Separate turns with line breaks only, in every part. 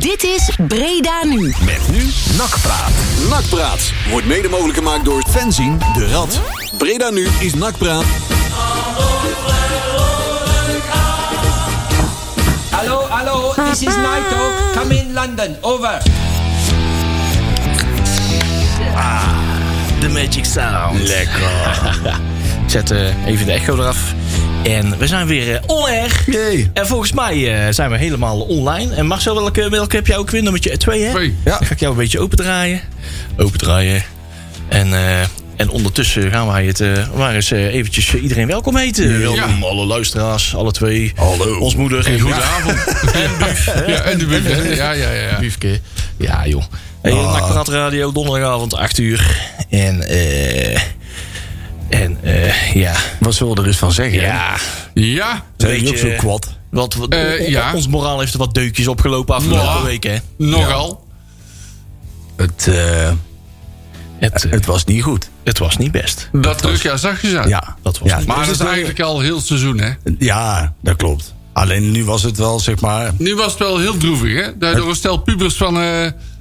Dit is Breda Nu.
Met nu Nakpraat.
Nakpraat wordt mede mogelijk gemaakt door
Fenzien de Rad.
Breda nu is Nakpraat.
Hello, hello, this is Naito. Come in London. Over.
The Magic Sound.
Lekker.
Zet eh, even de echo eraf. En we zijn weer eh, on air.
Jee.
En volgens mij eh, zijn we helemaal online. En Marcel, welke, welke heb jij ook weer? Nummertje 2, hè?
Twee.
Ja.
Dan ga ik jou een beetje opendraaien. Opendraaien. En, eh, en ondertussen gaan wij het eh, maar eens eh, eventjes eh, iedereen welkom heten. Welkom alle luisteraars, alle twee.
Hallo.
Ons moeder. En
Goedenavond. En Buf. Ja, en de Buf. hè? Ja, ja, ja.
Biefke. Ja, joh. Hey, Nakpraat Radio, donderdagavond, 8 uur. En, eh... En, eh, ja.
Wat zullen we er eens van zeggen?
Ja.
Ja.
Zijn
Weet
jullie ook
je-
zo kwad?
Wat, wat-
Eh,
on-
ja.
Ons moraal heeft er wat deukjes opgelopen afgelopen
Nou.
week, hè?
Nogal.
Het, eh,
Het, eh,
het was niet goed.
het was niet best.
Dat druk, ja, zag je ze.
Ja,
dat was
ja.
niet-
Maar
Dus
dat is
het-
eigenlijk al heel het seizoen, hè?
Ja, dat klopt. Alleen nu was het wel, zeg maar...
Nu was het wel heel droevig, hè? Daardoor een stel pubers van, eh,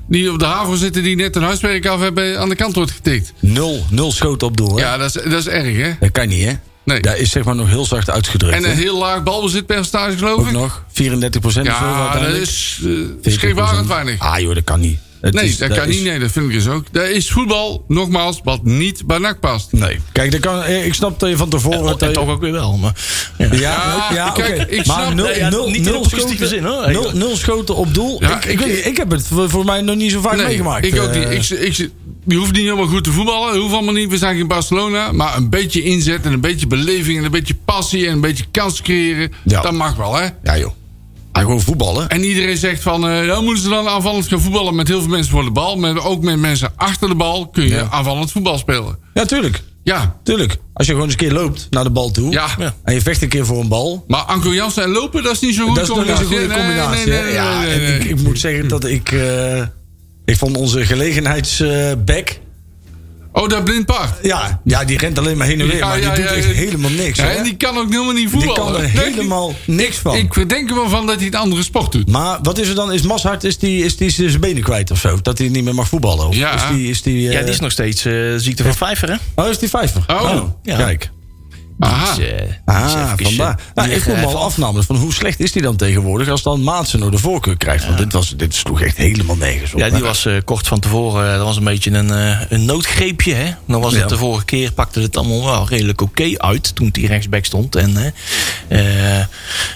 die op de haven zitten... die net een huiswerk af hebben, aan de kant wordt getikt.
Nul, nul schoten op doel, hè?
Ja, dat is, dat is erg, hè?
Dat kan niet, hè?
Nee.
Dat is zeg maar nog heel zacht uitgedrukt.
En
hè?
een heel laag balbezitpercentage, geloof
Ook
ik.
nog 34 procent of zo
Ja, dat
uiteindelijk.
is eh, schrikbarend weinig.
Ah joh, dat kan niet. Het
Nee,
is-
dat kan
is-
niet. Nee, dat vind ik dus ook. Dat is voetbal, nogmaals, wat niet bij NAC past.
Nee. Kijk, dat kan, eh, ik snap dat je van tevoren...
En,
dat je-
toch ook weer wel, maar... Ja.
Ja,
oh, Ja,
ja
kijk,
oké.
ik snap-
Maar nul,
Nee, ja,
nul,
niet in
nul
een positieve
schoten,
zin, hoor.
Nul, nul schoten op doel.
Ja,
ik, ik,
ik-
weet niet, ik heb het voor voor mij nog niet zo vaak
Nee,
meegemaakt.
ik ook
eh.
niet. Ik, ik, je hoeft niet helemaal goed te voetballen. Dat hoeft allemaal niet. We zijn in Barcelona. Maar een beetje inzet en een beetje beleving en een beetje passie en een beetje kans creëren.
Ja.
Dat mag wel, hè?
Ja joh. Ja, gewoon voetballen.
En iedereen zegt van, eh dan moeten ze dan aanvallend gaan voetballen met heel veel mensen voor de bal. Maar ook met mensen achter de bal kun je aanvallend voetbal spelen.
Ja, tuurlijk.
Ja,
Tuurlijk. Als je gewoon eens een keer loopt naar de bal toe.
Ja.
En je vecht een keer voor een bal.
maar Anko Jansen en lopen, dat is niet zo'n goede
Dat is nog eens
combinatie.
een goede
Nee, nee,
combinatie.
nee,
hè?
nee,
ja,
nee, nee,
en ik,
nee.
ik moet zeggen dat ik... eh, ik vond onze gelegenheidsback...
Oh, dat blind paard.
ja, ja, die rent alleen maar heen en weer.
Ja,
maar die
ja,
doet
ja,
echt
ja.
helemaal niks.
Ja,
hè?
en die kan ook helemaal niet
Die
voetballen.
kan er
Nee, die-
helemaal niks van.
Ik verdenk er wel van dat hij een andere sport doet.
Maar wat is er dan? Is Mashart is die, is die zijn benen kwijt of zo? Dat hij niet meer mag voetballen? Of
Ja.
Is die, is die, eh,
Ja, die is nog steeds eh, ziekte van vijver, hè?
Oh, is die vijver?
Oh,
ja.
Kijk.
Aha.
Dus, eh, dus
Ah,
eventjes, eh,
vandaar. Nou,
die
ik vroeg me
liggen
al af namelijk van hoe slecht is die dan tegenwoordig als dan Maatsen nou de voorkeur krijgt? Want dit, was, dit sloeg echt helemaal nergens op.
Ja, die
hè?
was eh, kort van tevoren. eh, dat was een beetje een, eh, een noodgreepje. Hè? Dan was het
Ja.
de vorige keer, pakte het allemaal wel redelijk oké uit. Toen die rechtsback stond. En, eh, eh, eh,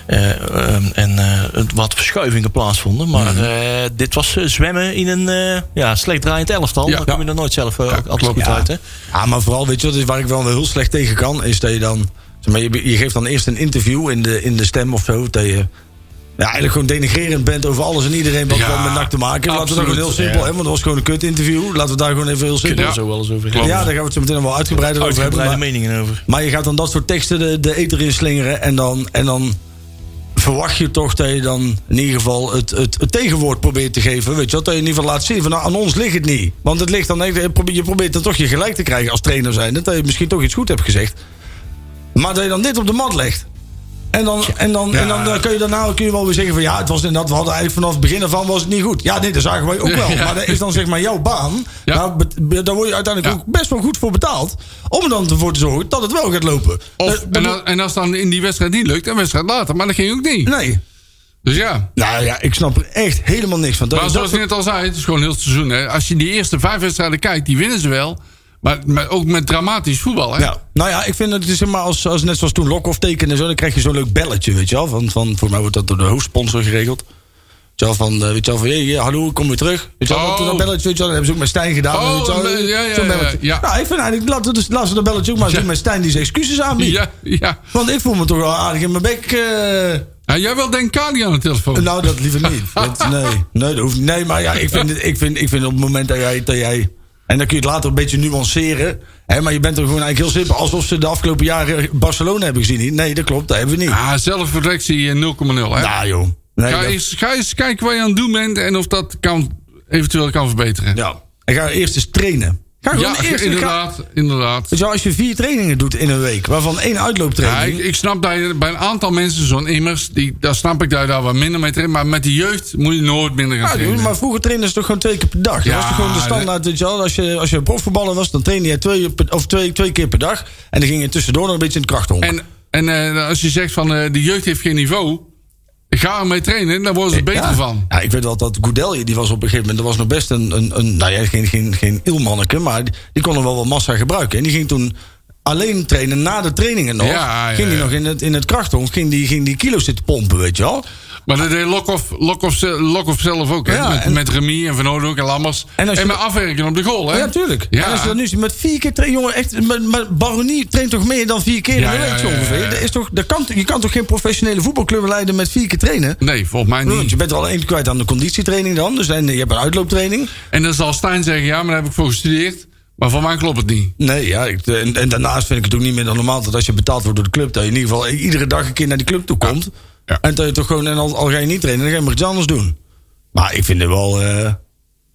ehm, en eh, het wat verschuivingen plaatsvonden. Maar eh, dit was eh, zwemmen in een eh, ja, slecht draaiend elftal.
Ja.
Daar kom je er nooit zelf eh, ook altijd
klopt.
goed
Ja.
uit. Hè?
Ja, maar vooral, weet je wat, is waar ik wel heel slecht tegen kan, is dat je dan... Zeg maar, je, je geeft dan eerst een interview in de, in de stem of zo, dat je... Ja, eigenlijk gewoon denigrerend bent over alles en iedereen wat
Ja,
wel met nak te maken. Laten we dat gewoon heel
absoluut,
simpel, hè, want dat was gewoon een kut interview. Laten we daar gewoon even heel simpel...
Kunnen
Ja,
we zo wel eens over
Klopt.
hebben.
daar gaan we het zo meteen nog wel uitgebreider over hebben.
Uitgebreide
maar-
meningen over.
Maar je gaat dan dat soort teksten de, de eter in slingeren. En dan, en dan verwacht je toch dat je dan in ieder geval het, het, het tegenwoord probeert te geven. Weet je wat? Dat je in ieder geval laat zien van nou, aan ons ligt het niet. Want het ligt dan echt, je probeert- je probeert dan toch je gelijk te krijgen als trainer zijn. Dat je misschien toch iets goed hebt gezegd. Maar dat je dan dit op de mat legt. En dan, en dan, en dan, eh, kun je daarna kun je wel weer zeggen van ja, het was inderdaad, we hadden eigenlijk vanaf het begin ervan was het niet goed. Ja, nee, dat zagen wij ook wel. Maar dat is dan zeg maar jouw baan.
Ja.
Daar, bet- be- daar word je uiteindelijk
Ja.
ook best wel goed voor betaald. Om er dan ervoor te zorgen dat het wel gaat lopen. Eh,
Of, en,
bedoel-
als, en als dan in die wedstrijd niet lukt, een wedstrijd later. Maar dat ging ook niet.
nee.
Dus ja.
Nou ja, ik snap er echt helemaal niks van. Dat,
Maar
dat-
zoals ik net al zei, het is gewoon heel het seizoen. Hè. Als je die eerste vijf wedstrijden kijkt, die winnen ze wel. Maar, maar ook met dramatisch voetbal. Hè.
ja. Nou ja, ik vind dat het is zeg maar als, als net zoals toen Lokhoff tekende en zo, dan krijg je zo'n leuk belletje, weet je wel. Van, van, voor mij wordt dat door de hoofdsponsor geregeld. Weet je wel, van, eh, weet je wel, van, hey, eh, hallo, ik kom weer terug. Weet je wel,
Oh.
toen dat belletje, weet je wel, dat hebben ze ook met Stijn gedaan.
Oh,
weet je wel,
eh, ja, ja,
zo'n
ja,
belletje.
ja.
Nou, ik vind eigenlijk, laten we dus- laten ze dat belletje ook maar eens
Ja.
doen met Stijn die zijn excuses aanbiedt.
Ja, ja.
Want ik voel me toch wel aardig in mijn bek. eh,
Nou, jij wil denk Kali aan de telefoon.
nou, dat liever niet. Dat, nee. Nee, dat hoeft, nee, maar ja, ik vind, het- ik, vind, ik vind op het moment dat jij, dat jij... En dan kun je het later een beetje nuanceren. Hè, maar je bent er gewoon eigenlijk heel simpel. Alsof ze de afgelopen jaren Barcelona hebben gezien. Nee, dat klopt. Dat hebben we niet.
Ah, zelfreflectie eh, 0,0. hè.
nou, joh. Nee,
ga,
dat-
eens, ga eens kijken waar je aan het doen bent en of dat kan, eventueel kan verbeteren.
ja. En ga eerst eens trainen. Ga gewoon
Ja,
de eerste Ga,
inderdaad, inderdaad.
Weet je wel, als je vier trainingen doet in een week, waarvan één
Ja,
uitlooptraining.
ik, ik snap dat je bij een aantal mensen zo'n immers, die, daar snap ik dat je daar wat minder mee traint. Maar met de jeugd moet je nooit minder gaan
Ja,
trainen.
maar vroeger trainen ze toch gewoon twee keer per
Ja,
dag. dat was toch gewoon de standaard. Weet je wel? Als je, als je profvoetballer was, dan trainde je twee, uur per- of twee, twee keer per dag. En dan ging je tussendoor nog een beetje in het krachthonk.
En, en eh, als je zegt van eh, de jeugd heeft geen niveau, ga ermee trainen, dan worden ze er beter
Eh, ja.
van.
Ja, ik weet wel dat Goedelje, die was op een gegeven moment... dat was nog best een, een, een nou ja, geen, geen, geen ilmanneke... maar die, die kon er wel wat massa gebruiken. En die ging toen alleen trainen na de trainingen nog.
Ja, ja,
ging die
ja.
nog in het, in het krachthonk, ging die, ging die kilo's zitten pompen, weet je wel.
Maar dat deed Lokhoff, Lokhoff, ze- Lokhoff zelf ook. hè?
Ja,
met,
en-
met Remy en Van Oudhoek en Lammers.
En
En,
als je-
met afwerken op de goal. Hè?
Ja, natuurlijk.
Ja.
En als je dan nu ziet, met vier keer trainen... jongen, echt, maar, maar Baronie traint toch meer dan vier keer in
Ja,
de
ja,
week zo
ja, ja,
ongeveer.
ja.
Dat is toch, dat kan, je kan toch geen professionele voetbalclub leiden met vier keer trainen?
Nee, volgens mij
Want
niet.
je bent er al één kwijt aan de conditietraining dan. Dus en je hebt een uitlooptraining.
En dan zal Stijn zeggen, ja, maar daar heb ik voor gestudeerd. Maar voor mij klopt het niet.
Nee, ja, ik- en, en daarnaast vind ik het ook niet meer dan normaal dat als je betaald wordt door de club, dat je in ieder geval i- iedere dag een keer naar die club toe komt.
Ja.
En dat je toch gewoon, en al, al ga je niet trainen, dan ga je maar iets anders doen. Maar ik vind het wel, eh,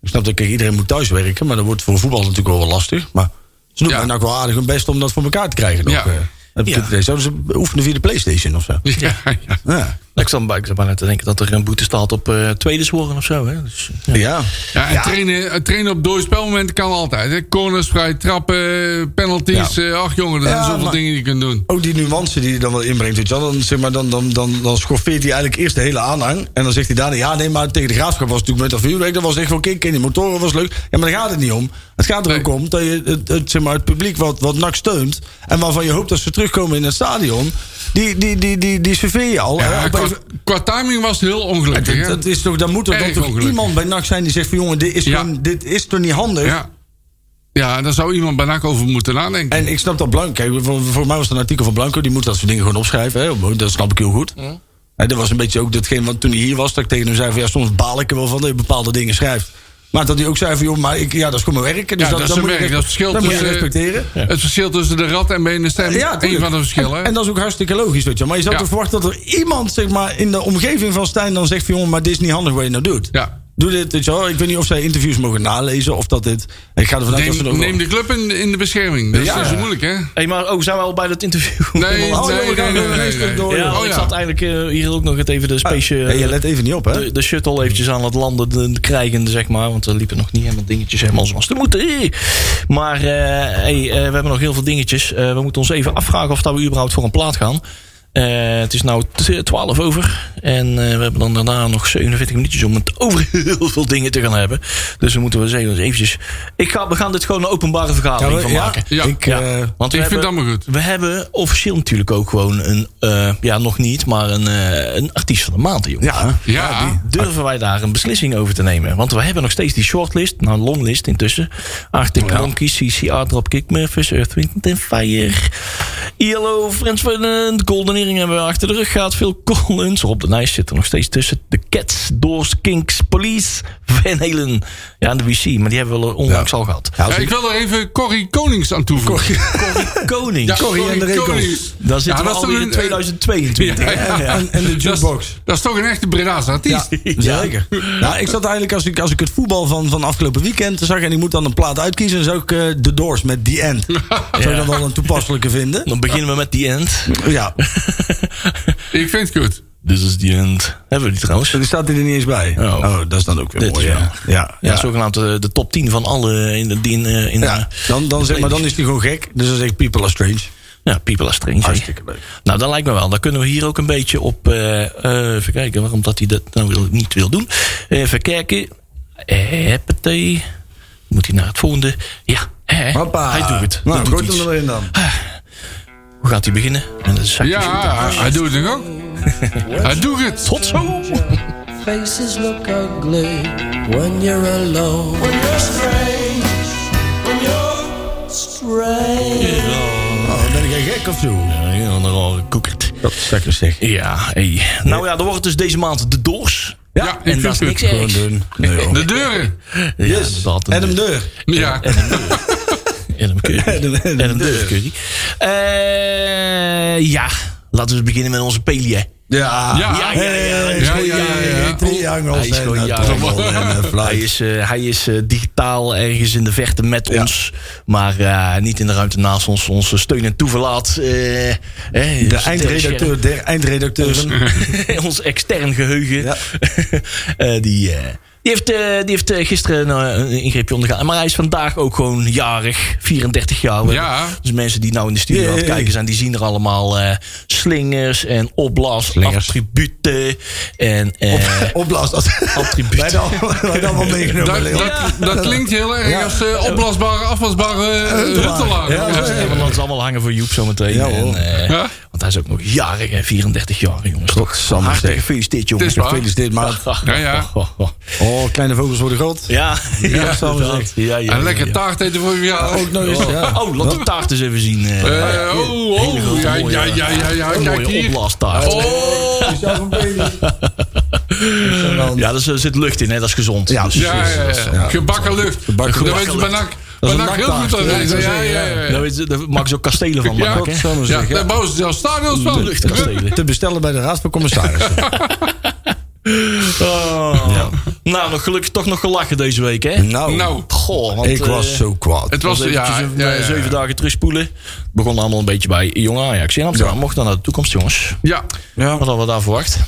ik snap dat kijk, iedereen moet thuiswerken, maar dat wordt voor voetbal natuurlijk wel wat lastig. Maar ze doen
Ja.
dan ook wel aardig hun best om dat voor elkaar te krijgen. Nog,
Ja.
eh. heb ik
Ja.
het idee. Zouden ze oefenen via de Playstation of zo?
Ja, ja.
Ja,
Ik zat bij- ik zat bijna te denken dat er een boete staat op eh tweede zorgen of zo. Hè? Dus, ja.
ja.
Ja, en Trainen, eh, trainen op dode spelmomenten kan altijd. Hè? Corners, vrij trappen, penalties.
Ja.
eh, ach jongen, er
Ja,
zijn zoveel
maar-
dingen die je kunt doen.
Ook die nuance die hij dan wel inbrengt. Weet je wel. Dan, zeg maar, dan, dan, dan, dan schoffeert hij eigenlijk eerst de hele aanhang. En dan zegt hij daarna, ja nee, maar tegen de graafschap was het natuurlijk met dat vuurwerk. Dat was echt wel kick en die motoren was leuk. Ja, maar daar gaat het niet om. Het gaat er
Nee.
ook om dat je het, het, zeg maar, het publiek wat, wat NAC steunt... en waarvan je hoopt dat ze terugkomen in het stadion... die, die, die, die, die serveer je al.
Ja, eh,
hè. Op
qua,
even-
qua timing was het heel ongelukkig.
dat,
hè?
dat is toch, dan moet er
Erg
dan toch
ongelukkig.
iemand bij NAC zijn die zegt van... jongen, dit is,
Ja.
gewoon, dit is toch niet handig?
Ja. ja, daar zou iemand bij NAC over moeten nadenken.
En ik snap dat Blanco. Kijk, voor, voor mij was het een artikel van Blanco. Die moet dat soort dingen gewoon opschrijven. Hè? Dat snap ik heel goed. En dat was een beetje ook datgene wat toen hij hier was. Dat ik tegen hem zei van ja, soms baal ik er wel van dat je bepaalde dingen schrijft. Maar dat hij ook zei van joh, maar ik, ja, dat is gewoon mijn werk. Dus
Ja, dat is
dat
zijn
moet je
werk.
respect-
Dat is het verschil
dat moet je
tussen- eh,
respecteren.
Het verschil tussen de rat en benen stem. een
tuurlijk.
van de verschillen.
En, en dat is ook hartstikke logisch, weet je. wel. Maar je zou
Ja.
toch verwachten dat er iemand zeg maar, in de omgeving van Stijn dan zegt van... jongen, maar dit is niet handig wat je nou doet.
Ja.
Doe dit, weet je wel. Ik weet niet of zij interviews mogen nalezen of dat dit... Ik ga ervan uit dat ze het
neem,
ook
neem
wel-
de club in, in de bescherming. Dat is
Ja.
dus moeilijk, hè?
Hey, maar oh, zijn we al bij dat interview?
Nee,
Oh,
nee,
jongen,
nee,
gaan we
nee,
ineens
nee,
door.
Ja,
Oh,
ik
ja.
zat eigenlijk eh, hier ook nog het even de space...
Ah,
eh,
Ja, je let even niet op, hè?
de, de shuttle eventjes aan het landen de, de krijgende, zeg maar. Want er liepen nog niet helemaal dingetjes helemaal zoals te moeten. Hey. Maar eh, hey, eh, we hebben nog heel veel dingetjes. Eh, we moeten ons even afvragen of dat we überhaupt voor een plaat gaan. Eh, het is nu 12 over. En eh, we hebben dan daarna nog 47 minuutjes om het over heel veel dingen te gaan hebben. Dus dan moeten we zeggen, dus eventjes... Ik ga, we gaan dit gewoon een openbare vergadering
Ja, we-
van
ja.
maken.
Ja.
Ik,
Ja,
eh,
want we
ik vind
hebben-
dat maar goed.
we hebben officieel natuurlijk ook gewoon een, eh, ja nog niet, maar een, eh, een artiest van de maand, jongen.
ja.
Ja,
Durven wij daar een beslissing over te nemen? Want we hebben nog steeds die shortlist, nou longlist intussen. Arctic Monkeys, CCR, Dropkick Murphys, Earth, Wind and Fire. ILO, Friends van de Golden Earring hebben we achter de rug gehad. Phil Collins, Rob de Nijs zit er nog steeds tussen. De Cats, Doors, Kinks, Police, Van Halen. Ja, en de WC, maar die hebben we onlangs al gehad.
Ja, ik wil er even Corrie Konings aan toevoegen.
Koning.
Ja,
Corrie en de Rekels.
Konings.
Dan zitten
Ja,
we
dat is
alweer in
een-
2022.
Ja, ja.
En, en de jukebox.
Dat is toch een echte Breda's artiest.
Ja, zeker. Nou, ik zat eigenlijk, als ik, als ik het voetbal van, van afgelopen weekend zag... en ik moet dan een plaat uitkiezen... dan zou ik eh, The Doors met The End... zou je dan wel een toepasselijke vinden?
Dan beginnen we met die end.
Ja,
Ik vind het goed.
Dit is die end. Hebben we die trouwens?
die staat hij er niet eens bij.
Oh.
dat is dan ook weer
Dit
mooi.
is
Ja,
wel-
ja,
Ja,
ja.
zogenaamd eh, de, top 10 van alle in de, die in, eh, in
Ja,
eh,
Dan, dan, zeg maar, dan is hij gewoon gek. Dus dan zeg ik People are Strange.
ja, People are Strange. hè.
Hartstikke leuk.
Nou, dat lijkt me wel. Dan kunnen we hier ook een beetje op... eh, eh, even kijken waarom dat hij dat nou wil, niet wil doen. Even kijken. Heppatee. Moet hij naar het volgende? Ja, hè.
Hoppa.
hij doet het.
Nou,
Dat doet
gooi
iets.
hem erin dan.
Hoe gaat hij beginnen? En dat is
Ja, hij doet het ook. Hij doet het.
Tot zo!
Faces look ugly when you're alone. When you're strange, when you're strange.
Oh, dan ben ik een gek of zo?
Ja, Een andere rare koekert.
Dat is lekker zeg.
Ja, hey. Nou ja, dan wordt het dus deze maand de Doors.
Ja, ik
en dat
vind
is
het
niks
goed.
ergs.
Gewoon doen. Nee, joh.
De deuren.
Ja, inderdaad.
En hem deur.
Ja.
Adam Curry.
Adam- Adam
Adam
Curry.
Curry. Eh, ja, laten we beginnen met onze Pelia.
Ja,
Ja.
Ja, ja, ja.
Hey,
Ja,
goeie-
ja, ja, ja.
goeie jongens,
Hij is
hè,
gewoon
dat
ja,
toch wel, en, eh, fluit.
Hij is, eh, hij is eh, digitaal ergens in de verte met
Ja.
ons. Maar eh, niet in de ruimte naast ons. Onze steun en toeverlaat. eh, eh,
De
ons
eindredacteur der eindredacteuren.
extern- ons extern geheugen.
Ja.
Eh, die, eh, die heeft, eh, die heeft eh, gisteren eh, een ingreepje ondergaan. Maar hij is vandaag ook gewoon jarig. 34 jaar. We
Ja.
hebben- Dus mensen die nou in de studio aan het
Yay.
kijken zijn... die zien er allemaal eh, slingers en oblast, attributen. En, eh,
Opblaast als
Attribuut.
Wij dan, wij dan wel meegenomen.
Dat,
Leon.
dat, dat klinkt heel erg
Ja.
als eh, opblaasbare, afwasbare eh, Huttelaar.
Ja,
Ja.
zo is
Ja,
het.
we laten ze allemaal hangen voor Joep zometeen.
Ja,
en,
hoor.
eh,
Ja.
Want hij is ook nog jarig, hè, 34 jaar, jongens.
Godsamme,
Hartelijk
zeg.
gefeliciteerd, jongens.
Het is waar.
Gefeliciteerd, maat.
Ja, ja.
Oh, kleine vogels worden groot.
Ja, ja,
zal wel
inderdaad. ja, ja,
En
ja,
lekker
ja.
taart eten voor je verjaardag.
Ook nog eens. Dus, Ja.
Oh, laat de taart eens even zien. eh.
Eh, oh,
Hele
oh,
grote,
ja,
mooie-
ja, ja, ja, ja,
Een
kijk
mooie
hier.
oplaastaart.
Oh,
Ja, dus er zit lucht in, hè, dat is gezond.
Ja,
Dus,
precies.
ja, ja, ja. Gebakken lucht.
Gebakken
dat
lucht.
weet je bij NAC.
is
Bij
een
NAC heel goed aan
naktaart, ja,
deze.
dat
Ja,
is-
ja, ja.
Daar, Nou, weet je- daar maken ze ook kastelen van
Ja.
maken. hè.
Godsamme,
Ja,
zeg, ja.
daar bouwen ze zelfs stadions van.
Luchtkastelen.
Te bestellen bij de Raad van Commissarissen.
Oh. Nou, nog gelukkig toch nog gelachen deze week, hè?
Nou,
Nou,
Goh, want,
ik was
eh,
zo kwaad.
het was...
was eventjes
Ja,
een,
ja,
eh,
ja,
zeven
ja.
dagen terugspoelen. Het begon allemaal een beetje bij Jong Ajax in Amsterdam. Mocht dan naar de toekomst, jongens.
Ja,
Wat hadden we daar verwacht?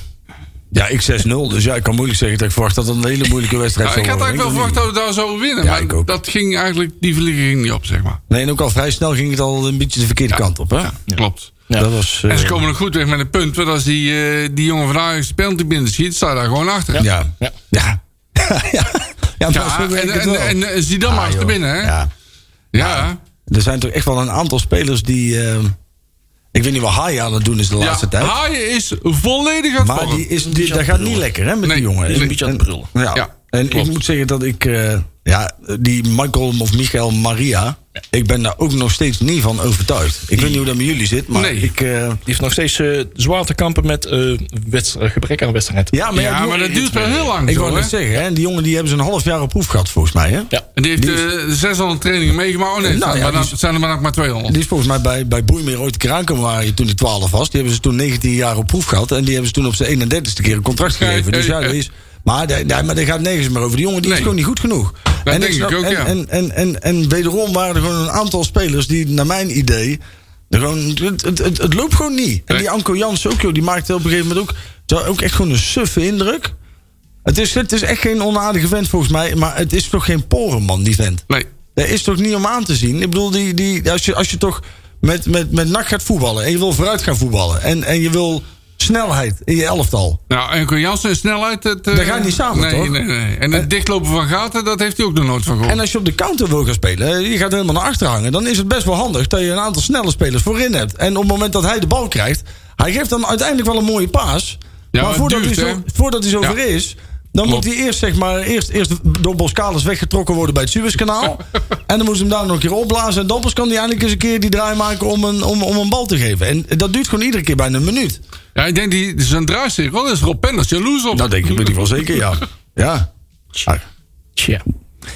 Ja, ik 6-0. Dus ja, ik kan moeilijk zeggen dat ik verwacht dat het een hele moeilijke wedstrijd
Ja,
zou
Nou, ik had
worden.
eigenlijk wel verwacht
niet.
dat we daar zouden winnen.
Ja,
maar
ik ook.
dat ging eigenlijk, die vlieging ging niet op, zeg maar.
Nee, en ook al vrij snel ging het al een beetje de verkeerde kant op. Hè?
Ja, klopt.
Ja.
Dat was... eh,
En ze komen nog goed weg met een punt. Want als die, eh, die jongen van Ajax de penalty binnen schiet, staat daar gewoon achter. Ja,
ja. Ja. Ja. ja. maar zo werkt
en,
het
en,
wel.
en, en Zidane
Ah,
mag
joh.
er binnen, hè? Ja.
Ja. Er zijn toch echt wel een aantal spelers die... eh, ik weet niet wat Haai aan het doen is de laatste tijd.
Haaien is volledig aan het
Maar
vormen.
die is, die, dat gaat niet lekker, hè, met
Nee,
die jongen.
die is een
En-
beetje aan het
en-
brullen.
Ja.
Ja,
en
klopt.
ik moet zeggen dat ik... eh, ja, die Michael of Michael Maria... Ik ben daar ook nog steeds niet van overtuigd. Ik weet niet hoe dat met jullie zit, maar
Nee.
ik... eh,
Die heeft nog steeds eh, zwaar te kampen met eh, wedst- eh, gebrek aan wedstrijd.
ja, maar,
ja,
die
maar
jongen-
dat duurt wel heel lang.
Ik
zo,
wou
hè?
net zeggen, hè, die jongen die hebben ze een half jaar op proef gehad, volgens mij. Hè?
Ja.
En die heeft
Die
eh 600 trainingen meegemaakt. Oh nee,
Nou
het zijn
ja,
er maar
die
dan- zijn er maar nog maar 200.
Die is volgens mij bij, bij Boeimeer ooit kraankomen waar je toen die 12 was. Die hebben ze toen 19 jaar op proef gehad. En die hebben ze toen op zijn 31ste keer een contract
Nee,
gegeven. Dus
nee,
ja, dat
nee.
is. Maar daar ja, maar daar gaat nergens meer over. Die jongen die
Nee.
is gewoon niet goed genoeg.
Dat
en
denk ik ook,
en,
ja.
En, en, en, en wederom waren er gewoon een aantal spelers die, naar mijn idee. er Gewoon, het, het, het, het loopt gewoon niet. En
Nee.
die Anko Jans ook, joh, die maakte op een gegeven moment ook, zo- ook echt gewoon een suffe indruk. Het is, het is echt geen onaardige vent volgens mij, maar het is toch geen porenman, die vent.
Nee.
Dat is toch niet om aan te zien? Ik bedoel, die, die, als, je, als je toch met, met, met NAC gaat voetballen... en je wil vooruit gaan voetballen... en, en je wil snelheid in je elftal...
Nou, en Koen Jansen en snelheid... Dat, eh,
Dat gaat niet samen,
nee,
toch? Eh.
Nee, nee. En het dichtlopen van gaten, dat heeft hij ook nog nooit van gehoord.
en als je op de counter wil gaan spelen... eh, je gaat helemaal naar achter hangen... dan is het best wel handig dat je een aantal snelle spelers voorin hebt. En op het moment dat hij de bal krijgt... hij geeft dan uiteindelijk wel een mooie paas...
maar
maar
het
voordat,
duurt,
hij
hè?
zo, voordat hij zover
Ja.
is... Dan
Klopt.
moet hij eerst, zeg maar, eerst, eerst door Boskalis weggetrokken worden bij het Suezkanaal. en dan moet ze hem daar nog een keer opblazen. En dan pas kan hij eindelijk eens een keer die draai maken om een, om, om een bal te geven. En dat duurt gewoon iedere keer bijna een minuut.
Ja, ik denk, die, zijn draaicirkel is Rob Penders jaloers op.
Dat Nou, denk ik, weet ik wel zeker, ja. Ja. Ah,
Tja.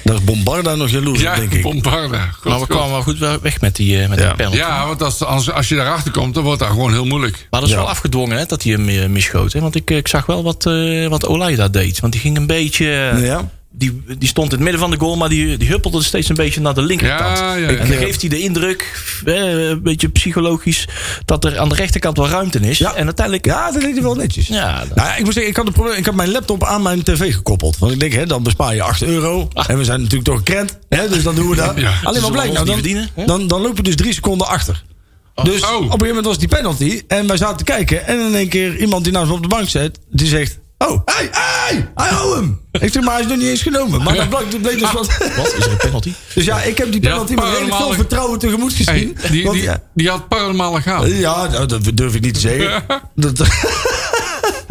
daar is Bombarda nog jaloers op,
Ja,
denk ik.
Bombarda. Goed,
Maar we
goed.
kwamen wel goed weg met die, eh, met
Ja.
die penalty.
Ja, want als, als, als je daarachter komt, dan wordt dat gewoon heel moeilijk.
Maar dat is
Ja.
wel afgedwongen hè, dat hij hem eh, misschoot. Hè? Want ik, eh, ik zag wel wat, eh wat Olij daar deed. Want die ging een beetje... eh,
Ja.
Die, die stond in het midden van de goal, maar die, die huppelde steeds een beetje naar de linkerkant.
Ja, ja, ja.
En dan
Ja.
geeft hij de indruk, eh, een beetje psychologisch, dat er aan de rechterkant wel ruimte is.
Ja.
En uiteindelijk...
Ja, dat deed hij wel netjes.
Ja, dat-
Nou, ja, ik moet zeggen, ik had, een probleem, ik had mijn laptop aan mijn tv gekoppeld. Want ik denk, hè, dan bespaar je 8 euro. En we zijn natuurlijk toch krent. Hè, dus dan doen we dat.
Ja.
Alleen maar
Ah. Zullen we
blijkt,
ons
nou,
niet
dan,
verdienen, hè?
dan, dan lopen we dus drie seconden achter. Dus
Oh.
op een gegeven moment was die penalty. En wij zaten te kijken. En in één keer iemand die naast me op de bank zit, die zegt... Oh, hey, hey, hij hou hem. Ik zeg, maar hij is nog niet eens genomen. Maar dat bleek, dat bleek
Ah.
dus wat...
Wat? Is er een penalty?
Dus ja, ik heb die
Ja,
penalty met redelijk veel
paranormale-
vertrouwen tegemoet
Hey,
gezien.
die,
Want
die,
ja-
die had paranormale gaten.
ja, nou, dat durf ik niet te zeggen. Dat,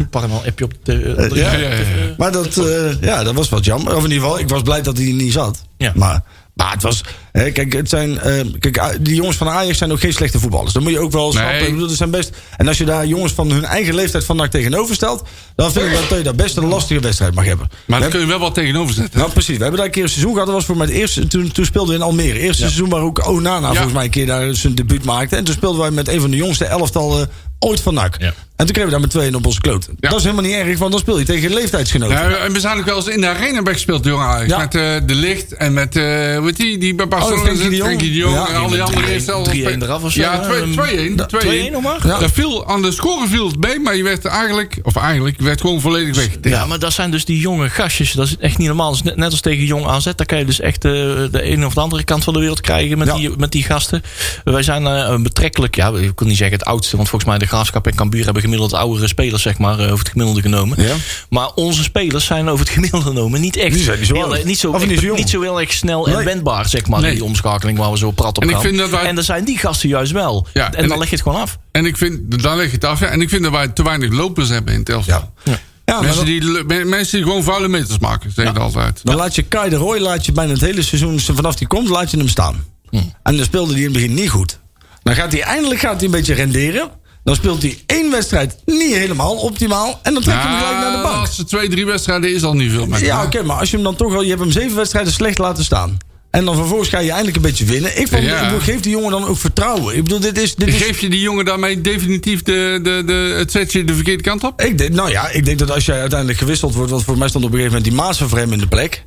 Paramal appje op de... eh, op de-
ja.
ja, ja.
Maar dat, eh, ja, dat was wat jammer. Of in ieder geval, ik was blij dat hij er niet zat.
Ja.
Maar, maar het was... Hè, kijk, het zijn, eh, kijk, ah, die jongens van Ajax zijn ook geen slechte voetballers. Dat moet je ook wel snappen.
Nee.
Ik bedoel, dat zijn best, en als je daar jongens van hun eigen leeftijd vandaag tegenover stelt... dan vind ik dat je daar best een lastige wedstrijd mag hebben.
Maar
We
daar kun je wel wat tegenover zetten.
Nou, precies. We hebben daar een keer een seizoen gehad. Dat was voor mij het eerste. Toen, toen speelden we in Almere. Eerste seizoen waar ook Onana volgens mij een keer daar zijn debuut maakte. En toen speelden wij met een van de jongste elftallen eh, ooit van NAC.
Ja.
En toen kregen we daar met 2-1 op onze kloot.
Ja.
Dat is helemaal niet erg, want dan speel je tegen je leeftijdsgenoten.
Ja, en we zijn ook wel eens in de arena gespeeld, jongen. Ajax.
Ja. Oh,
Met eh, De Licht en met, eh weet je, die bij Barcelona
Frenkie de
zit,
Jong.
Frenkie de Jong
Ja.
en al die anderen.
3-1
eerst al-
3-1 eraf of zo,
Ja,
hè?
2
Ehm,
2-1.
da-
2-1
2-1 nog maar?
Ja. Dat viel aan de score viel het mee, maar je werd eigenlijk, of eigenlijk, je werd gewoon volledig weg.
Ja, maar dat zijn dus die jonge gastjes. Dat is echt niet normaal. Dat is net, net als tegen jong AZ. Daar kan je dus echt eh, de ene of de andere kant van de wereld krijgen met,
Ja.
die, met die gasten. Wij zijn eh, een betrekkelijk, ja, ik kan niet zeggen het oudste. Want volgens mij de Graafschap en Cambuur hebben gemiddeld oudere spelers, zeg maar, eh, over het gemiddelde genomen.
Ja.
Maar onze spelers zijn over het gemiddelde genomen niet echt
Die zijn niet zo
heel,
oud.
niet zo,
Of
echt-
niet zo jong.
niet zo heel erg snel en
Nee.
wendbaar, zeg maar,
Nee.
die omschakeling waar we zo prat op
En ik
gaan.
vind dat wij-
En er zijn die gasten juist wel.
Ja,
en,
en
dan
ik-
leg je het gewoon af.
En ik vind, daar leg je het af, ja. En ik vind dat wij te weinig lopers hebben in Telstar.
Ja. Ja, maar
mensen,
dan-
die, le- men- mensen die gewoon vuile meters maken, zeg ik altijd.
Dan laat je Kai de Roy laat je bijna het hele seizoen, vanaf die komt, laat je hem staan.
Hm.
En dan speelde hij in het begin niet goed. Dan gaat hij eindelijk gaat hij een beetje renderen. Dan speelt hij één wedstrijd niet helemaal optimaal. En dan trekt hij hem gelijk naar de
de
bank.
laatste twee, drie wedstrijden is al niet veel. Maar
Ja, oké, maar als je hem dan toch al. Je hebt hem zeven wedstrijden slecht laten staan. En dan vervolgens ga je eindelijk een beetje winnen. Ik, vond,
Ja.
ik bedoel, geef die jongen dan ook vertrouwen. Ik bedoel, dit is. Dit is
Geef je die jongen daarmee definitief de, de, de, het zetje de verkeerde kant op?
ik denk, nou ja, ik denk dat als jij uiteindelijk gewisseld wordt. Want voor mij stond op een gegeven moment die Maasen voor hem in de plek.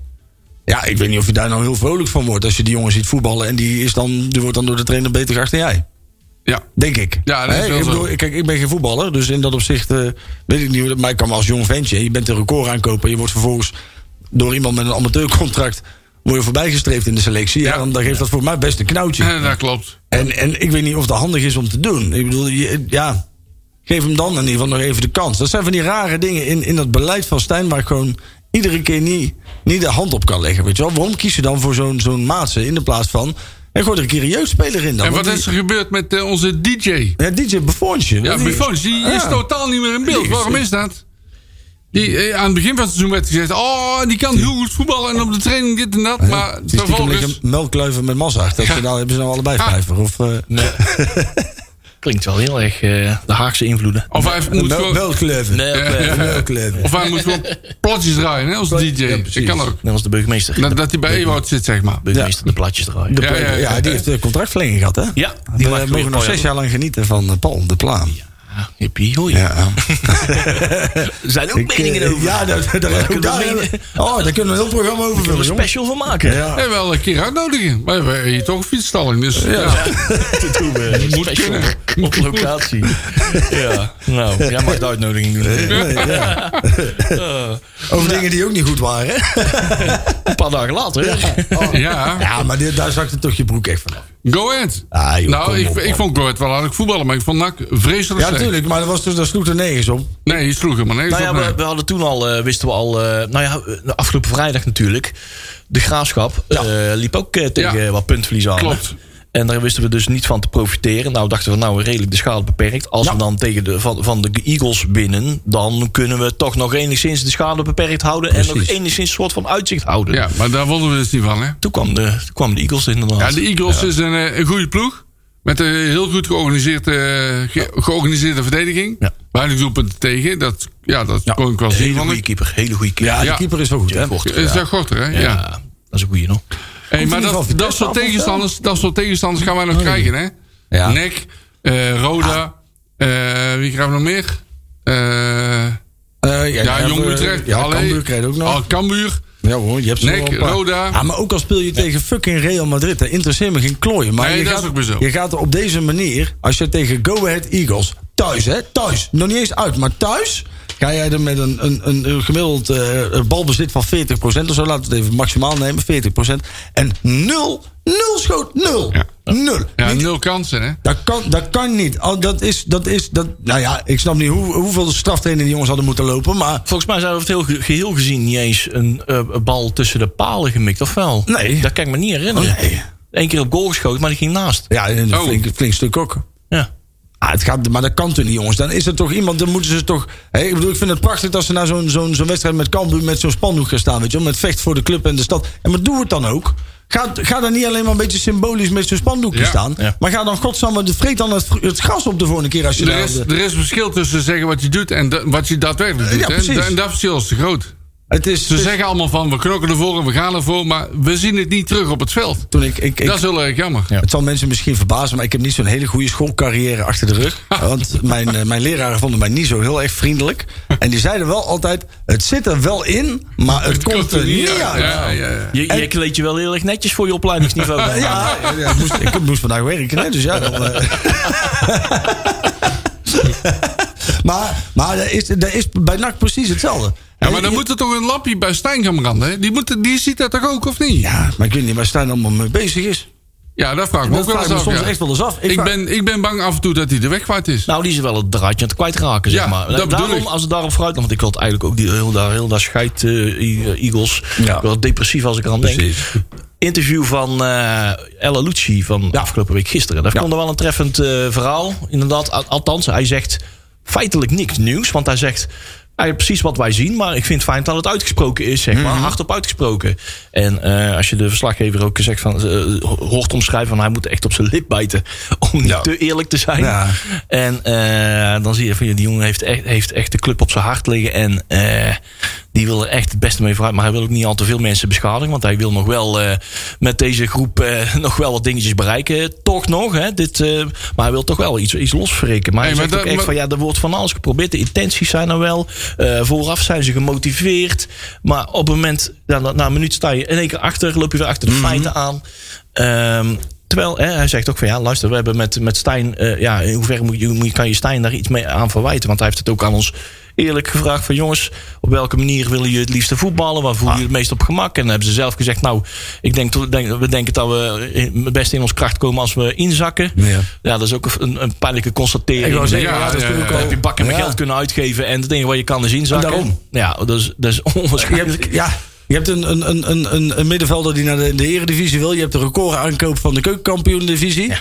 Ja, ik weet niet of je daar nou heel vrolijk van wordt. Als je die jongen ziet voetballen. En die, is dan, die wordt dan door de trainer beter geacht dan jij.
Ja.
Denk ik.
Ja, dat is
Hè,
wel
ik
zo.
bedoel, kijk, ik ben geen voetballer, dus in dat opzicht eh, weet ik niet hoe dat. Maar ik kan wel als jong ventje. Je bent een record aankopen. Je wordt vervolgens door iemand met een amateurcontract. Word je voorbijgestreefd in de selectie. Ja,
Ja.
dan, dan geeft dat voor mij best een knoutje.
Ja, dat klopt.
En, en ik weet niet of dat handig is om te doen. Ik bedoel, je- ja. Geef hem dan in ieder geval nog even de kans. Dat zijn van die rare dingen in, in dat beleid van Stijn... waar ik gewoon iedere keer niet, niet de hand op kan leggen. Weet je wel? Waarom kies je dan voor zo'n zo'n Maatsen in de plaats van... en gooi er een keer een jeugdspeler in dan.
En wat
want die-
is er gebeurd met eh, onze DJ?
ja, DJ Buffoontje.
Ja, Buffons, die
Ah.
is totaal niet meer in beeld.
Die is-
Waarom is dat? Die, eh, aan het begin van het seizoen werd gezegd... oh, die kan heel goed voetballen en op de training dit en dat. Maar
Het is stiekem
vervolgens... Ah.
liggen melkluiven met massa. Dat ze nou, hebben ze nou allebei vijver. Of, eh,
Klinkt wel heel erg eh, de Haagse invloeden.
Of hij
mel-
moet gewoon,
melkleuven.
Nee, ook, eh,
Melkleuven.
of hij moet gewoon platjes draaien hè, als DJ.
Ja, precies.
Ik kan ook.
Net als de burgemeester.
Dat, dat hij bij Ewout zit, zeg maar.
burgemeester de plaatjes draaien.
De
Ja,
Playboy.
ja,
ja,
ja, ja.
die heeft de contractverlenging gehad, hè?
Ja, die
die
mag
we
weer
mogen
een
nog
paar
zes
jaar
jaar lang genieten van eh, Paul de Plaam.
Ja, hippie, hoi.
Ja.
Er zijn ook
Ik, eh,
meningen over.
Ja, daar, daar, daar-
kunnen
daar-
meningen-
oh, daar kunnen we een heel programma over
Daar willen
vullen,
we een
jongen.
special van maken.
Ja.
En wel een keer uitnodigen. We hebben hier toch een fietsstalling, dus... ja.
Dat doen we. Een special op locatie. ja, nou, jij mag de uitnodiging doen.
Over dingen die ook niet goed waren.
Een paar dagen later.
eh, Ja.
Ja, maar dit, daar zakte toch je broek echt vanaf.
Go Ahead.
Ah, joh, kom
nou, ik,
op,
ik
man.
vond Go Ahead wel aardig voetballen, maar ik vond NAC vreselijk
Ja,
slecht.
natuurlijk, maar dat, was dus, dat sloeg er nergens op.
Nee, je sloeg hem maar nee.
Nou ja, we, we hadden toen al, eh, wisten we al, eh, nou ja, de afgelopen vrijdag natuurlijk. De graafschap eh, liep ook eh, tegen
Ja.
wat puntverlies aan.
Klopt.
En daar wisten we dus niet van te profiteren. Nou dachten we, nou redelijk de schade beperkt. Als we dan tegen de, van, van de Eagles winnen, dan kunnen we toch nog enigszins de schade beperkt houden. En nog
Precies.
enigszins een soort van uitzicht houden.
ja, maar daar wonnen we dus niet van, hè?
Toen kwam de, toen kwamen de Eagles inderdaad.
Ja, de Eagles is een, eh, een goede ploeg. Met een heel goed georganiseerde, eh, ge- georganiseerde verdediging.
Ja.
Weinig doelpunten tegen. Dat, ja, dat kon ik wel zien.
hele
Van
goede
ik.
keeper, hele goede keeper.
Ja,
Ja.
de keeper is wel goed, hè?
Kort,
Is
ja.
dat Gorter, hè? Ja.
Ja, dat is een goede nog.
Hey, maar
in ieder
dat, dat,
geval Vitesse
soort
af of zo? Oh,
tegenstanders, dat soort tegenstanders gaan wij nog krijgen, hè?
Ja. Ah.
Nek, eh, Roda, eh, wie krijgen we nog meer? Eh...
Eh,
Ja, Jong
eh,
Utrecht.
Ja,
Allee.
Cambuur kreeg ook nog.
Al Cambuur.
Ja hoor, je hebt ze
Nek,
wel een paar.
Roda.
Ja, maar ook al speel je tegen fucking Real Madrid, dat interesseert me geen klooien. Maar
Nee,
je,
dat
gaat,
is ook weer zo.
je gaat er op deze manier, als je tegen Go Ahead Eagles, thuis hè, thuis, nog niet eens uit, maar thuis... Ga jij er met een, een, een, een gemiddeld eh, balbezit van 40% of zo, laten we het even maximaal nemen, 40%. En nul, nul schoot, nul. Nul.
Ja,
Niet
nul kansen, hè?
dat kan, dat kan niet. Al dat is, dat is, dat, nou ja, ik snap niet hoe, hoeveel straftrainingen die jongens hadden moeten lopen. Maar
Volgens mij zijn we over het heel ge- geheel gezien niet eens een eh, bal tussen de palen gemikt, of wel?
Nee.
Dat kan ik me niet herinneren.
Oh, nee.
Eén keer op goal geschoten, maar die ging naast.
ja, een
Oh.
flink, flink stuk ook.
Ja.
Ah, het gaat, maar dat kan toch niet, jongens. Dan is er toch iemand, dan moeten ze toch... Hé, ik bedoel, ik vind het prachtig dat ze naar zo'n zo'n zo'n wedstrijd met Cambuur... met zo'n spandoek gaan staan, weet je wel. Met vecht voor de club en de stad. En maar doe het dan ook. Ga, ga dan niet alleen maar een beetje symbolisch met zo'n spandoekje
Ja,
staan.
ja.
Maar ga dan godsamme, de- vreet dan het, het gras op de volgende keer als je
Er
daar...
is,
de-
er is verschil tussen zeggen wat je doet en da- wat je daadwerkelijk doet.
Ja,
hè?
precies. Dus-
Da- En dat verschil is te groot.
Het is,
Ze zeggen allemaal van, we knokken ervoor en we gaan ervoor. Maar we zien het niet terug op het veld.
toen ik, ik, ik,
dat is heel erg jammer.
Ja.
Het zal mensen misschien verbazen, maar ik heb niet zo'n hele goede schoolcarrière achter de rug. Want mijn, eh, mijn leraren vonden mij niet zo heel erg vriendelijk. En die zeiden wel altijd: het zit er wel in, maar het, komt er niet uit.
Ja, ja, ja.
Je, je kleedt je wel heel erg netjes voor je opleidingsniveau. denk ik.
Ja, ja, ik, moest, ik moest vandaag werken, hè, dus ja. Dan, eh. maar maar dat, is, dat is bij NAC precies hetzelfde.
Ja, maar dan moet er toch een lampje bij Stijn gaan branden. hè? Die, moet, die ziet dat toch ook, of niet? Ja,
Ja, maar ik weet niet waar Stijn allemaal mee bezig is.
dat vraag ik me ook wel
Dat vraag
eens
ik me
af.
soms
ja.
echt wel eens af.
Ik,
vraag-
ben, ik ben bang af en toe dat hij de weg kwijt is.
Nou, die is wel het draadje aan het kwijtraken, zeg
Ja,
maar.
dat bedoel
daarom,
ik.
als het daarop vooruit want ik had eigenlijk ook die heel daar, heel daar scheid eh, I- Eagles.
Ja.
Ik was depressief als ik eraan denk.
Precies.
Interview van eh Ella Lucci van afgelopen week gisteren. Daar kwam er wel een treffend eh, verhaal. Inderdaad, a- althans, hij zegt feitelijk niks nieuws, want hij zegt. Hij precies wat wij zien, maar ik vind het fijn dat het uitgesproken is, zeg maar.
Mhm.
Hardop uitgesproken. En eh, als je de verslaggever ook zegt van, eh, hoort omschrijven van hij moet echt op zijn lip bijten. Om niet te eerlijk te zijn.
Ja.
En eh, dan zie je van ja, die jongen heeft echt, heeft echt de club op zijn hart liggen. En eh, die wil er echt het beste mee vooruit. Maar hij wil ook niet al te veel mensen beschadigen. Want hij wil nog wel eh, met deze groep eh, nog wel wat dingetjes bereiken. Toch nog. Hè, dit, eh, maar hij wil toch wel iets, iets losverrikken. Maar hij
Hey, maar
zegt ook
dat-
echt
maar-
van ja, er wordt van alles geprobeerd. De intenties zijn er wel. Eh, vooraf zijn ze gemotiveerd. Maar op een moment, ja, na, na een minuut sta je in één keer achter. Loop je weer achter de
Mhm.
feiten aan. Ehm, terwijl hè, hij zegt ook van ja, luister, we hebben met, met Stijn. eh, ja, in hoeverre moet je, moet je- kan je Stijn daar iets mee aan verwijten? Want hij heeft het ook aan ons eerlijk gevraagd van jongens, op welke manier willen jullie het liefste voetballen? Waar
Ah.
voel je je het meest op gemak? En dan hebben ze zelf gezegd, nou, ik denk, toch- denk- we denken dat we in- het beste in ons kracht komen als we inzakken.
Ja.
dat is ook een, een pijnlijke constatering.
Ik wou zeggen,
ja,
ja, dat is
ja,
natuurlijk
ja.
al-
Dan heb je bakken met
Ja.
geld kunnen uitgeven en het enige wat je kan is inzakken.
En daarom.
Ja, dat is, dat is
Je
onwaarschijnlijk.
hebt, ja, je hebt een, een, een, een, een, een middenvelder die naar de, de eredivisie wil. Je hebt de record aankoop van de keukenkampioen-divisie.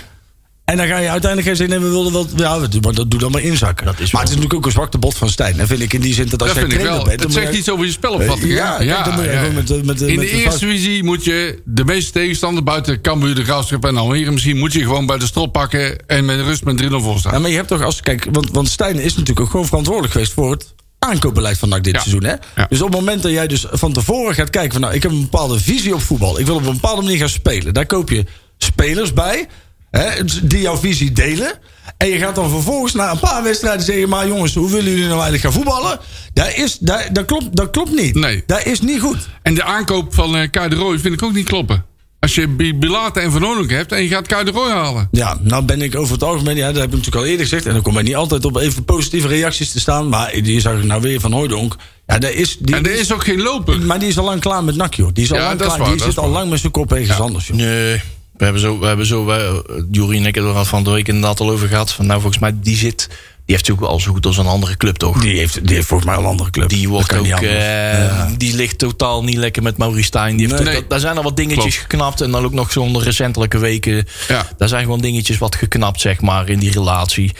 En dan ga je uiteindelijk gaan zeggen, nee, we wilden wel... Ja, we doen- maar dat doe dan maar inzakken.
Dat is
maar
wel-
het is natuurlijk ook een zwakte bot van Stijn. En vind ik in die zin dat als
Dat
jij
vind ik
trainer
wel.
bent... dan
Het
moet
zegt
jij-
iets over je spelopvatting.
Eh,
hè?
ja, kijk, dan moet je gewoon met de- met de-
In
met
de
de
eerste divisie moet je de meeste tegenstander buiten Cambuur, de Graafschap en Almere misschien... moet je gewoon bij de strop pakken en met rust met 3-0 voor
Ja,
staan.
maar je hebt toch als... Kijk, want, want Stijn is natuurlijk ook gewoon verantwoordelijk geweest voor het aankoopbeleid van NAC dit
Ja.
seizoen. Hè?
Ja.
Dus op het moment dat jij dus van tevoren gaat kijken van... nou, ik heb een bepaalde visie op voetbal. Ik wil op een bepaalde manier gaan spelen. Daar koop je spelers bij hè, die jouw visie delen. En je gaat dan vervolgens na een paar wedstrijden zeggen... maar jongens, hoe willen jullie nou eigenlijk gaan voetballen? Dat, is, dat, dat, klopt, dat klopt niet.
Nee.
Dat is niet goed.
En de aankoop van eh Kai de Roy vind ik ook niet kloppen. Als je Bi- Bilate en Van Oonhoek hebt en je gaat Kai de Roy halen.
Ja, nou ben ik over het algemeen, ja, dat heb ik natuurlijk al eerder gezegd. En dan kom ik niet altijd op even positieve reacties te staan. Maar die zag ik nou weer van Hooydonk. Ja, daar is, die,
En er is ook geen loper.
Maar die is al lang klaar met NAC, joh. Die, is al
Ja,
lang
dat is
klaar.
waar,
die
dat
zit
is
al
waar.
lang met zijn kop ergens anders, joh.
Nee, we hebben zo, we hebben zo, we, Jury en ik hebben er van de week inderdaad al over gehad. Van, nou, volgens mij, die zit, die heeft natuurlijk al zo goed als een andere club, toch?
Die heeft, die heeft volgens mij al een andere club.
Die, wordt
Dat kan
ook,
niet anders.
eh, die ligt totaal niet lekker met Maurice Stijn. Die heeft,
Nee.
dat- daar zijn al wat dingetjes
Klopt.
geknapt. En dan ook nog zo'n recentelijke weken.
Ja.
Daar zijn gewoon dingetjes wat geknapt, zeg maar, in die relatie.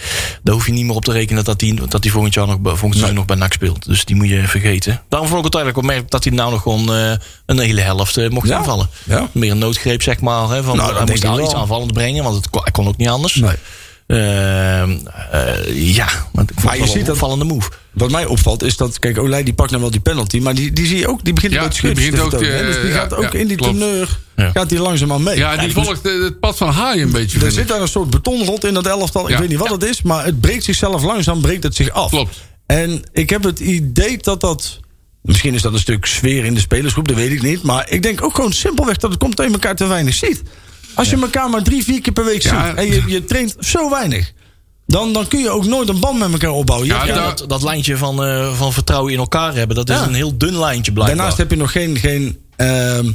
Daar hoef je niet meer op te rekenen dat die, dat die volgend jaar nog, bij- volgend seizoen nog bij NAC speelt. Dus die moet je vergeten. Daarom vond ik het eigenlijk opmerkelijk dat hij nou nog gewoon eh, een hele helft eh, mocht
Ja.
aanvallen.
Ja.
Meer een noodgreep, zeg maar. Hè, van,
Nou, dat
hij
denk
moest
ik
al
wel.
iets aanvallend brengen, want het kon, hij kon ook niet anders.
Nee.
Ehm, eh, ja, maar,
Maar je
je ziet
ziet dat-
een opvallende move.
Wat mij opvalt is dat, kijk, Olij die pakt nou wel die penalty. Maar die, die zie je ook, die begint
Ja,
een beetje
die
schutjes te
begint ook,
vertonen, hè. Dus die
eh,
gaat
ja,
ook
ja,
in die
klopt.
teneur,
Ja.
gaat die langzaamaan mee.
Ja, die volgt eh, het pad van Haai een beetje.
Er
vind ik.
zit daar een soort betonrot in dat elftal. Ik
Ja.
weet niet wat het is, maar het breekt zichzelf langzaam breekt het zich af.
Klopt.
En ik heb het idee dat dat... Misschien is dat een stuk sfeer in de spelersgroep, dat weet ik niet. Maar ik denk ook gewoon simpelweg dat het komt dat je elkaar te weinig ziet. Als je elkaar maar drie, vier keer per week
Ja.
ziet en je, je traint zo weinig... Dan, dan kun je ook nooit een band met elkaar opbouwen. Je
Ja,
hebt-
Ja,
daar-
dat, dat lijntje van, eh, van vertrouwen in elkaar hebben, dat is
Ja.
een heel dun lijntje blijkbaar.
Daarnaast heb je nog geen, geen ehm,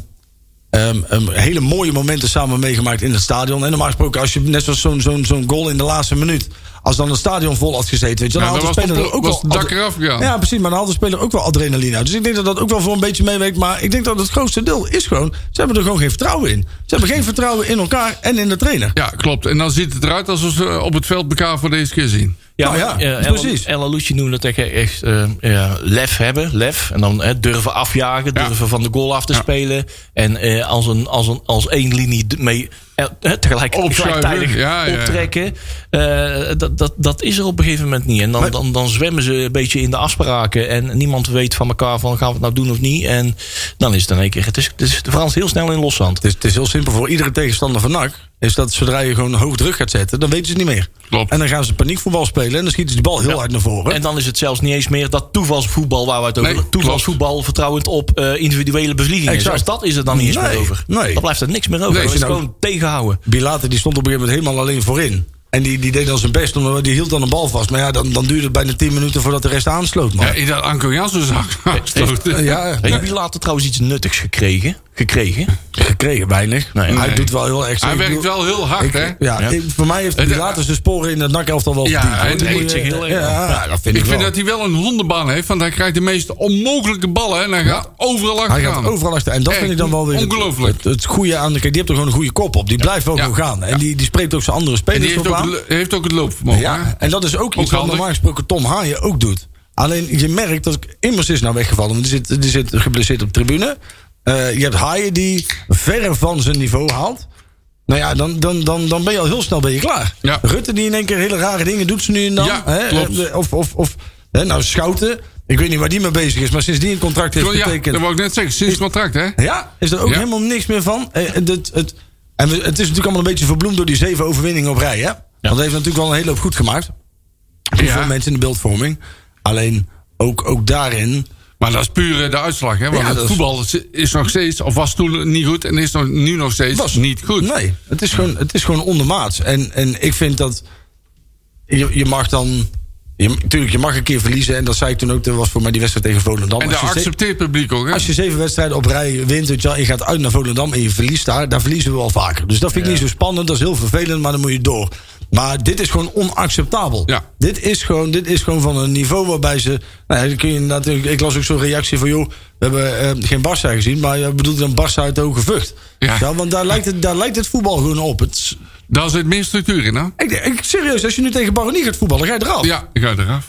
ehm, ehm, hele mooie momenten samen meegemaakt in het stadion. En normaal gesproken, als je net zoals zo'n zo'n zo'n goal in de laatste minuut. Als dan het stadion vol had gezeten, weet je, dan
Ja,
had de
dan was
speler
het
er ook
was
wel.
het dak
adre-
eraf gegaan.
Ja, precies. Maar dan had de speler ook wel adrenaline uit. Dus ik denk dat dat ook wel voor een beetje meeweegt. Maar ik denk dat het grootste deel is gewoon. Ze hebben er gewoon geen vertrouwen in. Ze hebben geen vertrouwen in elkaar en in de trainer.
Ja, klopt. En dan ziet het eruit alsof ze op het veld elkaar voor deze keer zien.
Ja,
Nou
maar,
ja,
eh, Ella-
precies.
Ella Lucci noemde dat echt, echt eh, ja, lef hebben. Lef. En dan eh, durven afjagen,
Ja.
durven van de goal af te spelen. En eh, als, een, als, een, als één linie d- mee eh, eh, tegelijk
Opschuiven,
gelijktijdig
ja, ja.
optrekken. Eh, dat, dat, dat is er op een gegeven moment niet. En dan, dan, dan zwemmen ze een beetje in de afspraken. En niemand weet van elkaar van gaan we het nou doen of niet. En dan is het in één keer. Het is, het is vooral heel snel in loszand.
Het is, het is heel simpel voor iedere tegenstander van NAC. Is dat zodra je gewoon hoog druk gaat zetten, dan weten ze het niet meer.
Klopt.
En dan gaan ze paniekvoetbal spelen en dan schieten ze die bal heel hard naar voren.
En dan is het zelfs niet eens meer dat toevalsvoetbal waar we het over
Nee,
hebben. Toevalsvoetbal vertrouwend op eh, individuele bevliegingen.
Exact.
Zelfs dat is er dan niet eens
Nee,
meer over.
nee. nou-
Dan blijft er niks meer over.
Nee,
dan is
als
het
je
gewoon tegenhouden.
Bilater die stond op een gegeven moment helemaal alleen voorin. En die, die deed dan zijn best, omdat die hield dan een bal vast. Maar ja, dan, dan duurde het bijna 10 minuten voordat de rest aansloot. Man.
Ja, ik dacht Anko Jansen zag
Ja,
aanstoten.
Heeft jullie later trouwens iets nuttigs gekregen? gekregen?
gekregen weinig.
Nee.
Hij
Nee.
doet wel heel extra.
Hij
Ik
werkt
bedoel-
wel heel hard,
ik-
hè?
Ja,
Ja.
ik- voor mij heeft
Het-
Bilater zijn sporen in het nakelftal wel
Ja,
verdiend. hoor.
hij
Die
deed
moet je-
zich heel erg.
ja, ja, dat vind ik,
Ik vind
wel.
dat hij wel een hondenbaan heeft, want hij krijgt de meest onmogelijke ballen en hij gaat overal achteraan.
Hij gaat overal achter. En dat
Echt,
vind ik dan wel weer het-
ongelooflijk.
Het, het goede aan de kijk, Die heeft er gewoon een goede kop op. Die blijft wel
Ja.
gewoon gaan. En die, die spreekt ook zijn andere
En
spelers
die heeft
dus op
ook,
aan.
het- heeft ook het loopvermogen.
Ja,
hè?
en dat is ook,
Ook
iets wat
handig.
normaal gesproken Tom Haaien ook doet. Alleen je merkt dat Immers is nou weggevallen. Want die zit, die zit geblesseerd op de tribune. Eh, je hebt Haaien die verre van zijn niveau haalt. Nou ja, dan, dan, dan, dan ben je al heel snel ben je klaar.
Ja.
Rutte die in één keer hele rare dingen doet ze nu en dan.
Ja,
hè?
klopt.
Eh, Of, of, of hè, nou Schouten. Ik weet niet waar die mee bezig is. Maar sinds die een contract heeft
Ja,
getekend.
dat wou ik net zeggen, sinds contract, hè?
Ja, is er ook
Ja.
helemaal niks meer van. Eh, het, het, en we- het is natuurlijk allemaal een beetje verbloemd door die zeven overwinningen op rij. Hè? Want dat heeft natuurlijk wel een hele hoop goed gemaakt. Voor
Ja.
veel mensen in de beeldvorming. Alleen ook, ook daarin.
Maar dat is puur eh, de uitslag, hè? Want
Ja,
het
dat is-
voetbal is, is nog steeds, of was toen niet goed en is nog, nu nog steeds niet goed.
Nee, het is gewoon, het is gewoon ondermaats. En, en ik vind dat. Je, je mag dan. Je, tuurlijk, je mag een keer verliezen. En dat zei ik toen ook. Dat was voor mij die wedstrijd tegen Volendam.
En dat
Als je ze-
accepteert het publiek ook, hè?
Als je zeven wedstrijden op rij wint, weet je, wel, je gaat uit naar Volendam en je verliest daar, daar verliezen we wel vaker. Dus dat vind ik niet zo spannend, dat is heel vervelend, maar dan moet je door. Maar dit is gewoon onacceptabel.
Ja.
Dit, is gewoon, dit is gewoon van een niveau waarbij ze. Nou ja, dan kun je inderdaad- ik- ik las ook zo'n reactie van: joh, we hebben eh, geen Barça gezien, maar je bedoelt dan Barça uit de Hoge Vught.
Ja.
Ja, want daar lijkt, het, daar lijkt het voetbal gewoon op. Het, is-
Daar zit meer structuur in, hè?
ik, denk- ik- serieus, als je nu tegen Baronie gaat voetballen, ga je eraf.
Ja, ik ga eraf.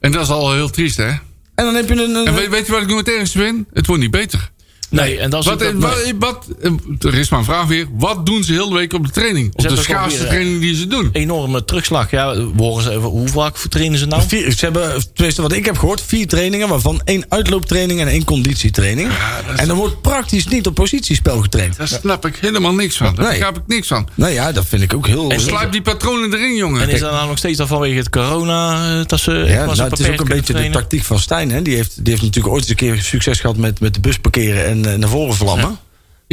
En dat is al heel triest, hè?
En dan heb je een. een-
En weet, weet je wat ik nu het ergste vind? Het wordt niet beter.
Nee, en dat is
Wat,
ook-
wat, eh, wat- er is maar een vraag weer. Wat doen ze heel de week op de training? Op
Zet
de
dat gewoon
schaarste
weer, hè?
training die ze doen.
enorme terugslag. Ja, we horen ze even, hoe vaak trainen ze nou?
Vier, ze hebben, tenminste wat ik heb gehoord, vier trainingen... waarvan één uitlooptraining en één conditietraining. en er wordt praktisch niet op positiespel getraind.
Daar snap ik helemaal niks van. Daar
Nee.
begrijp ik niks van.
Nou ja, dat vind ik ook heel...
En
Sluip die patronen erin, jongen.
En is dat nou nog steeds dan vanwege het corona? eh, Dat ze
ja,
echt maar zo
nou, het is ook
beperkt
een
kunnen
beetje de
trainen?
tactiek van Stijn. Hè? Die, heeft, die heeft natuurlijk ooit eens een keer succes gehad met, met de bus parkeren en eh, naar voren vlammen.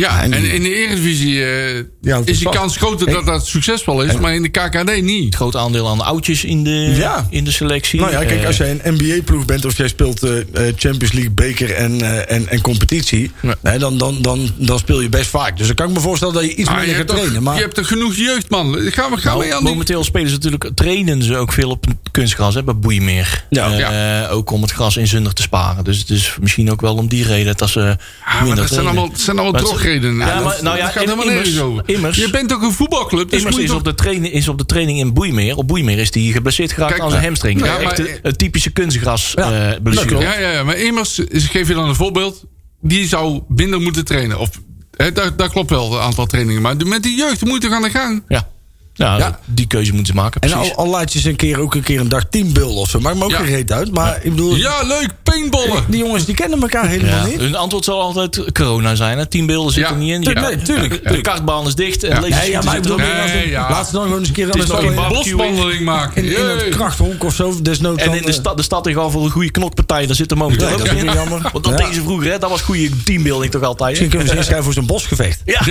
Ja,
en
en
die-
in de Eredivisie eh,
Ja, het is
is die
vast.
kans groter dat
Ik-
dat succesvol is. Maar in de KKD niet.
groot aandeel aan oudjes in de,
Ja.
in de selectie.
Nou ja, kijk,
Eh,
als jij een NBA-ploeg bent of jij speelt eh, eh, Champions League, beker en, eh, en, en competitie...
Ja.
Hè, dan, dan, dan, dan speel je best vaak. Dus dan kan ik me voorstellen dat je iets
Ah, je,
minder gaat
hebt toch,
trainen. Maar
je hebt toch genoeg jeugd, man. Ga, we- ga
Nou,
mee aan die...
momenteel spelen ze natuurlijk, trainen ze ook veel op een kunstgras hè, bij Boeimeer.
Ja.
Eh, Ook om het gras inzundig te sparen. Dus het is misschien ook wel om die reden dat ze
Ja, Ah, maar
minder
dat zijn
trainen.
allemaal, dat zijn allemaal
Maar het-
drogredenen.
Ja,
Dat-
maar, nou ja,
dat gaat
in-
helemaal nergens
immers-
over.
immers-
je bent ook een voetbalclub, dus
Immers
moet je
is
toch...
op, de training, is op de training in Boeimeer. Op Boeimeer is die geblesseerd geraakt
Kijk,
aan zijn
ja.
hamstring.
Ja,
Echt
maar-
een, een typische kunstgras eh blessure.
Ja, ja, ja, maar immers, is- ik geef je dan een voorbeeld. Die zou minder moeten trainen. Of, hè, dat, dat klopt wel, het aantal trainingen. Maar met die jeugd moet je toch aan de gang.
Ja. Nou, die keuze moeten ze maken.
En
Precies.
al, al laat je ze een keer ook een keer een dag teambul of zo. Maakt me ook
Ja.
geen reet uit. Maar ik bedoel,
Ja, leuk, paintballen.
die jongens die kennen elkaar helemaal
ja.
niet.
Hun antwoord zal altijd corona zijn. Hè? Teambeelden zitten
Ja.
niet in.
Tuurlijk, nee, tuurlijk,
De,
tuurlijk.
kartbaan is dicht. En
Ja.
lasers
Nee, ja, maar ik
zitten
bedoel,
er-
Nee,
laat ze-
ja.
laat ze dan gewoon eens een keer aan de
is nog
slag
geen
in-
bal.
Boswandeling maken.
in, in het
Jee.
krachthonk of zo. Desnoods
En
dan,
in de,
eh,
stad de stad is al voor een goede knokpartij. Daar zit er momenteel
Nee,
ook
dat is
in.
weer jammer.
Want dat
Ja.
deze vroeger, hè, dat was goede teambuilding toch altijd. hè?
Misschien kunnen we ze inschrijven voor zo'n bosgevecht.
Ja.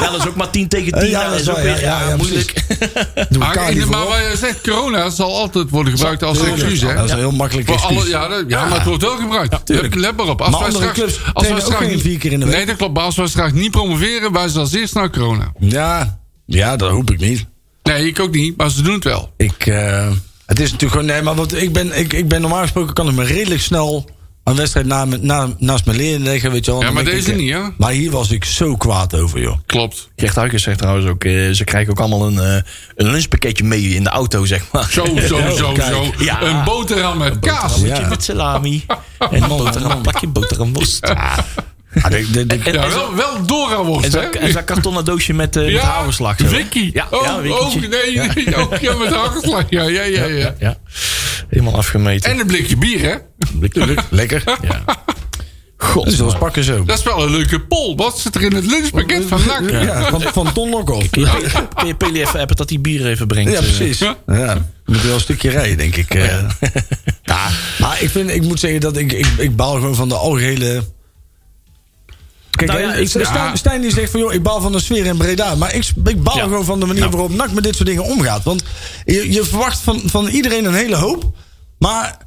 ja, dat is ook maar 10 tegen 10.
Eh, ja,
dat is ook
waar,
weer
ja,
ja,
ja,
moeilijk.
precies. Doe
Maar,
elkaar
Ah, in de-
niet
maar
voor.
wat je zegt, corona zal altijd worden gebruikt als
Tuurlijk.
excuus.
Ja,
Hè?
Dat is een heel makkelijk
Voor
excuus.
alle, ja, dat- ja, maar het wordt wel gebruikt.
tuurlijk.
let, let maar op. Als
Maar
wij
andere
straks,
clubs
als wij
trainen ook
straks
geen vier keer in de week.
Nee, dat klopt. Maar als wij straks niet promoveren, wijzen als eerst naar corona.
Ja, ja, dat hoop ik niet.
Nee, ik ook niet, maar ze doen het wel.
Ik, eh, het is natuurlijk gewoon... Nee, maar wat, ik, ben, ik, ik ben normaal gesproken kan ik me redelijk snel... Een wedstrijd na, me- na, naast mijn leren leggen, weet je wel.
Ja,
Dan
maar
denk
deze
ik, eh,
niet, hè?
Maar hier was ik zo kwaad over, joh.
Klopt.
Gert Huygens zegt trouwens ook, eh, ze krijgen ook allemaal een, eh, een lunchpakketje mee in de auto, zeg maar.
Zo, zo, zo,
kijk.
zo.
Ja.
Een boterham met kaas.
Met salami en een boterham, een pakje boterhamworst. Ja.
Ah, de- de- de-
En,
Ja,
en zo-
wel, wel Dora
en
wordt,
zo'n
hè?
en zo'n kartonnen doosje met, eh met hagelslag. zo.
Vicky.
Ja,
oh,
ja,
oh,
Wikkietje.
nee, ook, ja, met hagelslag. Ja, ja, ja, ja,
Ja, ja. Helemaal afgemeten.
En een blikje bier, hè?
Lekker.
Ja.
Dat is wel eens pakken zo.
Dat is wel een leuke pol. Wat zit er in het lunchpakket van NAC?
Ja, van, van Ton Lokhoff.
Kun je, Pe- kun je Peli even appen dat hij bier even brengt?
Ja,
eh?
precies. Ja. Moet wel een stukje rijden, denk ik. eh. Ja. Maar ik, vind, ik moet zeggen dat ik, ik, ik baal gewoon van de algehele... Kijk,
Nou ja,
hè,
ik-
Stijn,
ja.
Stijn die zegt van... joh, ik baal van de sfeer in Breda. Maar ik, ik baal
Ja.
gewoon van de manier
Ja.
waarop NAC met dit soort dingen omgaat. Want je, je verwacht van, van iedereen een hele hoop. Maar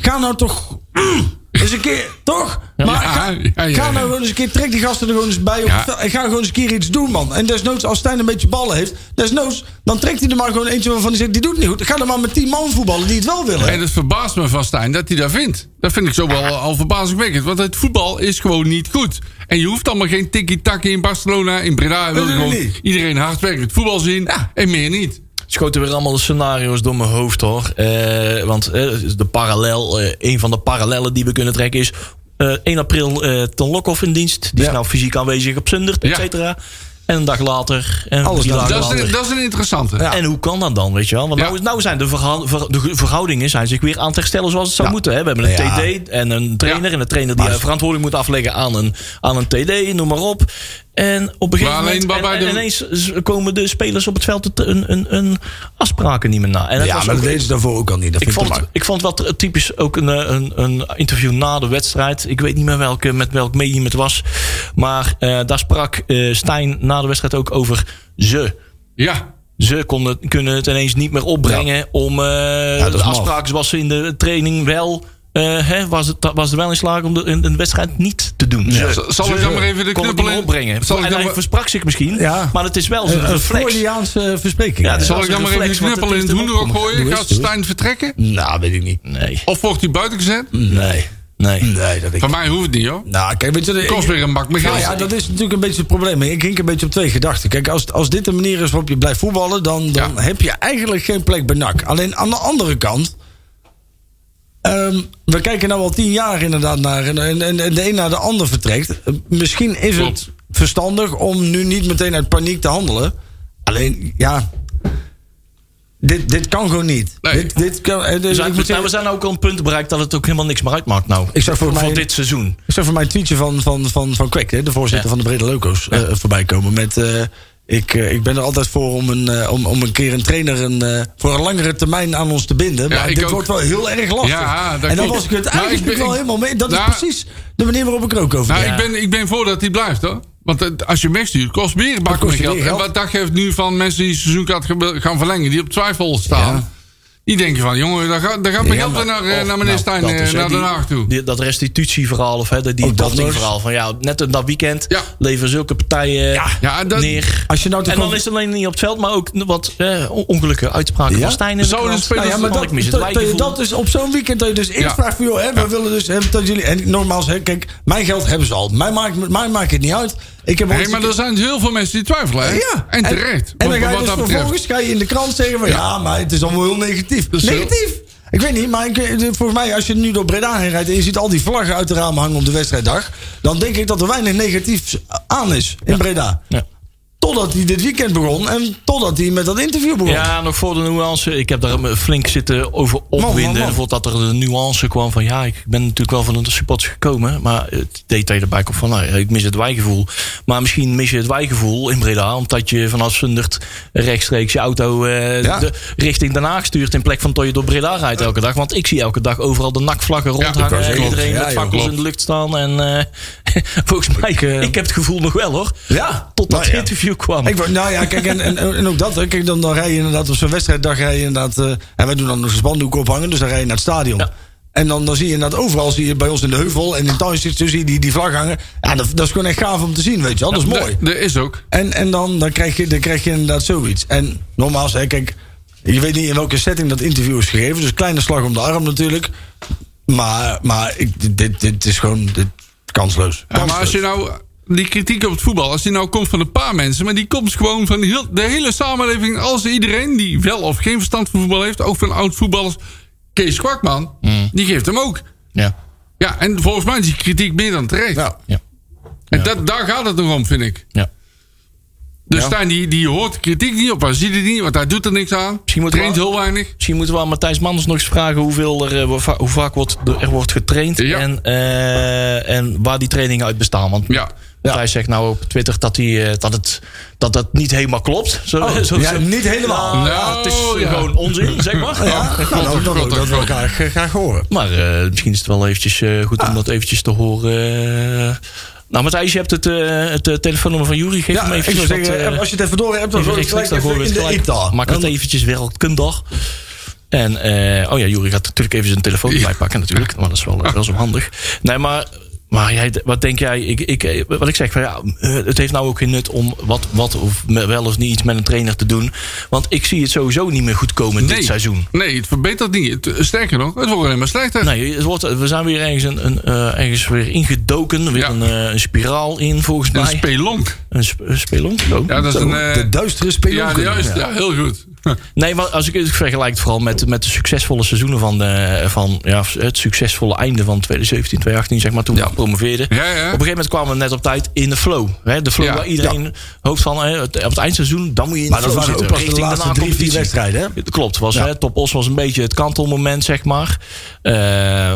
ga nou toch... Eens een keer, toch? Maar
Ja,
ga,
ja, ja,
ga
ja.
nou gewoon eens een keer, trek die gasten er gewoon eens bij. op
Ja.
het veld En ga gewoon eens een keer iets doen, man. En desnoods, als Stijn een beetje ballen heeft, desnoods, dan trekt hij er maar gewoon eentje waarvan hij zegt: die doet het niet goed. Ga dan maar met 10 man voetballen die het wel willen.
En het verbaast me van Stijn dat hij dat vindt. Dat vind ik zo wel al verbazingwekkend. Want het voetbal is gewoon niet goed. En je hoeft allemaal geen tiki-taki in Barcelona. In Breda wil
Nee, nee,
gewoon
nee.
iedereen hard werken. Het voetbal zien en meer niet.
schoten weer allemaal de scenario's door mijn hoofd hoor. Eh, want eh, de parallel, eh, een van de parallellen die we kunnen trekken is. eh, 1 april eh Ton Lokhoff in dienst. Die
Ja.
is nou fysiek aanwezig op Zundert, et
Ja.
cetera. En een dag later. En
Alles
drie
dan.
dagen
Dat is,
later.
een- dat is een interessante.
Ja.
En hoe kan dat dan, weet je wel? Want
Ja.
nou, is- nou zijn de, verha- ver- de ge- verhoudingen zijn zich weer aan het herstellen zoals het zou
Ja.
moeten. Hè? We hebben een
Ja.
TD en een trainer.
Ja.
En een trainer die
Maar-
eh, verantwoording moet afleggen aan een, aan een TD, noem maar op. En op een gegeven
Maar alleen
moment en,
waarbij
en
de-
ineens z- komen de spelers op het veld het- een, een, een afspraken niet meer na. En dat was ook-
ze daarvoor ook al niet. Dat
ik vond, het, ik vond het wel typisch ook een, eh, een, een interview na de wedstrijd. Ik weet niet meer welke, met welk medium het was. Maar eh, daar sprak eh, Stijn na de wedstrijd ook over ze.
Ja.
Ze konden, kunnen het ineens niet meer opbrengen om eh,
dat is
de
maf.
afspraken zoals ze in de training wel. eh, hè, was, het, was er wel in slagen om de, in, in de wedstrijd niet te doen.
Eh,
Ze
Z- Zal ik dan maar even de
konden het niet
knuppel
meer
in...
opbrengen. en
Zal ik dan
nou
hij
maar- Eh,
versprak zich misschien,
Ja.
maar het is wel zo'n
Een, een
reflex.
Freudiaanse verspreking.
Ja,
hè?
dus-
zal
als
ik dan
een
maar even de
reflex, want
knuppel
het
in
is
het
erop
hoenderok
gekomen.
gooien?
Doe
Gaat
eens, doe eens.
Stijn vertrekken?
Nou, weet ik niet.
Nee,
Of wordt hij buiten gezet?
Nee.
nee.
Nee, dat ik.
Van mij hoeft het niet, hoor.
Nou, kijk, weet je. de-
Kost weer een bak met
Nou
geld.
ja, dat is natuurlijk een beetje het probleem. Ik hink een beetje op twee gedachten. Kijk, als, als dit de manier is waarop je blijft voetballen, dan, dan
Ja.
heb je eigenlijk geen plek bij NAC. Alleen aan de andere kant. ehm, we kijken nu al tien jaar inderdaad naar. En, en, en en de een naar de ander vertrekt. Eh, Misschien is
Klopt.
het verstandig om nu niet meteen uit paniek te handelen. Alleen, ja. Dit, dit kan gewoon niet.
Nee.
Dit, dit kan, eh,
We
dus
zijn,
ik, moet
nou, we
zeggen,
zijn ook al een punt bereikt dat het ook helemaal niks meer uitmaakt nou.
Ik zag voor mij-
dit seizoen.
ik zag voor mij een tweetje van, van, van, van Kwek, hè, de voorzitter
Ja.
van de Brede Loco's, eh, voorbij komen. Met, eh, ik, eh, ik ben er altijd voor om een, eh, om, om een keer een trainer een, eh, voor een langere termijn aan ons te binden.
Ja,
maar
ik
dit
ook.
wordt wel heel erg lastig.
Ja, dat
en dan
klopt.
was ik het
Nou, ik
eigenlijk
ben-
wel helemaal mee. Dat
Nou,
is precies de manier waarop ik er ook over
Nou,
denk.
ik, ben, ik ben voor dat hij blijft, hoor. Want eh, als je wegstuurt, kost meer een
Dat
bak
kost
met
weer
geld. En
geld.
wat dacht je nu van mensen die seizoenkaart ge- gaan verlengen, die op twijfel staan?
Ja.
Die denken van, jongen, daar gaat, daar gaat
Ja,
mijn geld
maar-
weer naar, eh,
Of,
naar meneer
nou,
Stijn,
dat
eh,
is, hè,
naar Den
die-
Haag toe. dus.
die- dat restitutieverhaal of hè, dat die
Ook dat nog.
verhaal van ja, net dat weekend
Ja.
leveren zulke partijen
Ja, dat-
neer.
Als je nou toch
en dan
gewoon-
is het alleen niet op het veld, maar ook wat eh, on- ongelukkige uitspraken
Ja?
van Stijn. in de
Zouden
krant.
spelers-
Nou ja, maar
Want
dat,
ik mis het
dat- dat je
wijgevoel.
dat dus op zo'n weekend dat je dus eerst
Ja.
vraagt van joh, hè, we willen dus hè, dat jullie en normaal hè, kijk, mijn geld hebben ze al. Mij maakt, mij maakt het niet uit. Ik heb
Hé,
ooit een
maar
keer-
er zijn heel veel mensen die twijfelen, hè?
Ja.
En terecht.
En,
wat-
dan ga
wat
je dus
dat
vervolgens
betreft.
ga je in de krant zeggen van ja, maar het is allemaal heel negatief.
Dus heel-
negatief? Ik weet niet, maar ik, eh, volgens mij als je nu door Breda heen rijdt... en je ziet al die vlaggen uit de ramen hangen op de wedstrijddag... dan denk ik dat er weinig negatiefs aan is in Breda.
Ja.
Totdat hij dit weekend begon en totdat hij met dat interview begon.
Ja, nog voor de nuance. Ik heb daar me flink zitten over opwinden.
man, man.
Bijvoorbeeld dat er de nuance kwam van... ja, ik ben natuurlijk wel van de supporters gekomen... maar het detail erbij komt van... Nou, ik mis het wijgevoel. Maar misschien mis je het wijgevoel in Breda... omdat je vanaf Sundert rechtstreeks je auto eh,
Ja.
de, richting Den Haag stuurt... in plek van dat je door Breda rijdt elke dag. Want ik zie elke dag overal de nakvlaggen
dat kan
rondhangen.
zeker.
iedereen
Ja,
met
joh,
fakkels
klopt.
in de lucht staan. En eh, volgens mij, ik,
eh,
heb het gevoel nog wel hoor.
Ja,
Tot dat
nou ja.
interview kwam.
Ik word, nou ja, kijk, en, en, en ook dat. hè. Kijk, dan, dan rij je inderdaad op zo'n wedstrijddag rij je inderdaad... eh, en wij doen dan een spandoek ophangen, dus dan rij je naar het stadion.
Ja.
En dan, dan zie je inderdaad overal, zie je bij ons in de heuvel... en in Thuis zie je die, die vlag hangen. Ja, dat, dat is gewoon echt gaaf om te zien, weet je wel. Dat is mooi.
Dat- Dat is ook.
En, en dan, dan, krijg je, dan krijg je inderdaad zoiets. En nogmaals, hè, kijk, je weet niet in welke setting dat interview is gegeven. Dus kleine slag om de arm natuurlijk. Maar, maar ik, dit, dit is gewoon dit, kansloos.
Ja, maar als je nou die kritiek op het voetbal, als die nou komt van een paar mensen, maar die komt dus gewoon van heel, de hele samenleving, als iedereen die wel of geen verstand van voetbal heeft, ook van oud voetballers. Kees
Mm.
Kwakman, die geeft hem ook.
Ja.
Ja, en volgens mij is die kritiek meer dan terecht.
Ja.
Ja.
En dat, daar gaat het nog om, vind ik.
Ja.
Dus
Ja.
Stijn, die, die hoort de kritiek niet op. Hij ziet het niet, want hij doet er niks aan.
Misschien moet
traint
wel-
heel weinig.
Misschien moeten we aan Matthijs Manders nog eens vragen hoeveel er, eh, hoe va- hoe vaak wordt, er wordt getraind
Ja.
en, eh, en waar die trainingen uit bestaan. Want
Ja.
Matthijs zegt nou op Twitter dat, hij, eh, dat, het, dat dat niet helemaal klopt. Zo, zo-
Oh, ja,
zo-
niet helemaal.
Nou,
Nou,
het is
ja.
gewoon onzin, zeg maar.
Ja,
klopt,
nou,
klopt,
dat wil ik- dat
klopt,
wil ik
klopt.
graag, graag horen.
Maar eh, misschien is het wel eventjes eh, goed
Ah.
om dat eventjes te horen. eh. nou, Matthijs, je hebt het, eh, het eh, telefoonnummer van Jury. Geef
Ja,
hem
ik
even.
zou
zodat,
zeggen,
eh,
als je het even door hebt, dan wil
Even rechts,
ik gelijk
links, dan
even
gooien we
in
het
de
gelijk.
ITA.
Maak het eventjes wereldkundig. En, eh, oh ja, Jury gaat natuurlijk even zijn telefoon erbij pakken natuurlijk. Maar dat is wel, eh, wel zo handig. Nee, maar, maar jij, wat denk jij? Ik, ik, eh, wat ik zeg, van, ja, eh, het heeft nou ook geen nut om wat, wat of me- wel of niet iets met een trainer te doen. Want ik zie het sowieso niet meer goed komen dit seizoen.
Nee, het verbetert niet. Het- Sterker nog, het wordt alleen maar slechter.
Nee, het wordt, we zijn weer ergens, een, een, eh, ergens weer ingedoken. Weer
Ja.
een, eh, een spiraal in, volgens
Een
mij.
spelonk.
een sp een spelonk? Oh.
Ja, dat is een... eh,
De duistere
ja,
spelonken.
juist. Ja, heel goed.
Nee, maar als ik het vergelijk het vooral met, met de succesvolle seizoenen van, de, van ja, het succesvolle einde van 2017, 2018, zeg maar, toen we promoveerden.
Ja, ja.
Op een gegeven moment kwamen we net op tijd in de flow. Hè? De flow
Ja.
waar iedereen hoopt van, hè, het- op het eindseizoen, dan moet je in
Maar
de
dat
flow
waren ook
zitten.
pas de
richting
laatste drie,
eh,
vier
na-competitie.
wedstrijden. hè?
Het Klopt, was,
Ja.
hè, Top Os was een beetje het kantelmoment, zeg maar. Eh,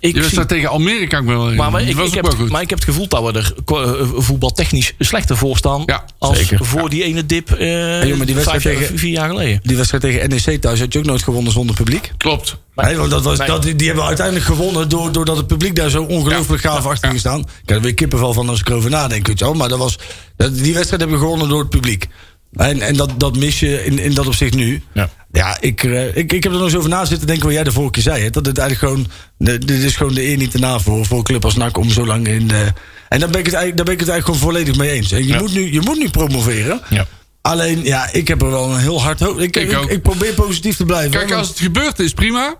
ik
Je
zie-
staat tegen Almere, kan ik me wel
maar,
herinneren.
maar,
Die
ik,
was
ik
ook
heb,
wel
het-
goed.
maar ik heb het gevoel dat we er qua- eh, voetbaltechnisch slechter voor staan.
Ja,
als
zeker.
voor die ene dip eh,
joh, maar
vijf,
die wedstrijd
jaar-
tegen-
vier jaar geleden.
Die wedstrijd tegen NEC thuis had je ook nooit gewonnen zonder publiek.
Klopt.
Nee, want dat was,
Nee.
dat, die hebben we uiteindelijk gewonnen door, doordat het publiek daar zo ongelooflijk gaaf achter ging staan. Ik heb er weer kippenval van als ik erover nadenk. Weet je wel. Maar dat was, dat, die wedstrijd hebben we gewonnen door het publiek. En, en dat, dat mis je in, in dat opzicht nu.
Ja.
Ja, ik, eh, ik, ik heb er nog eens over na zitten denken wat jij de vorige keer zei. Hè? Dat het eigenlijk gewoon, de- dit is gewoon de eer niet te na voor, voor een club als NAC om zo lang in... de- en daar ben, ik het, eigenlijk- daar ben ik het eigenlijk gewoon volledig mee eens. En je, moet, nu, je moet nu promoveren.
Ja.
Alleen, ja, ik heb er wel een heel hard hoofd. Ik,
Ik
ik,
ook.
ik probeer positief te blijven.
Kijk,
hè,
als het gebeurt, is prima.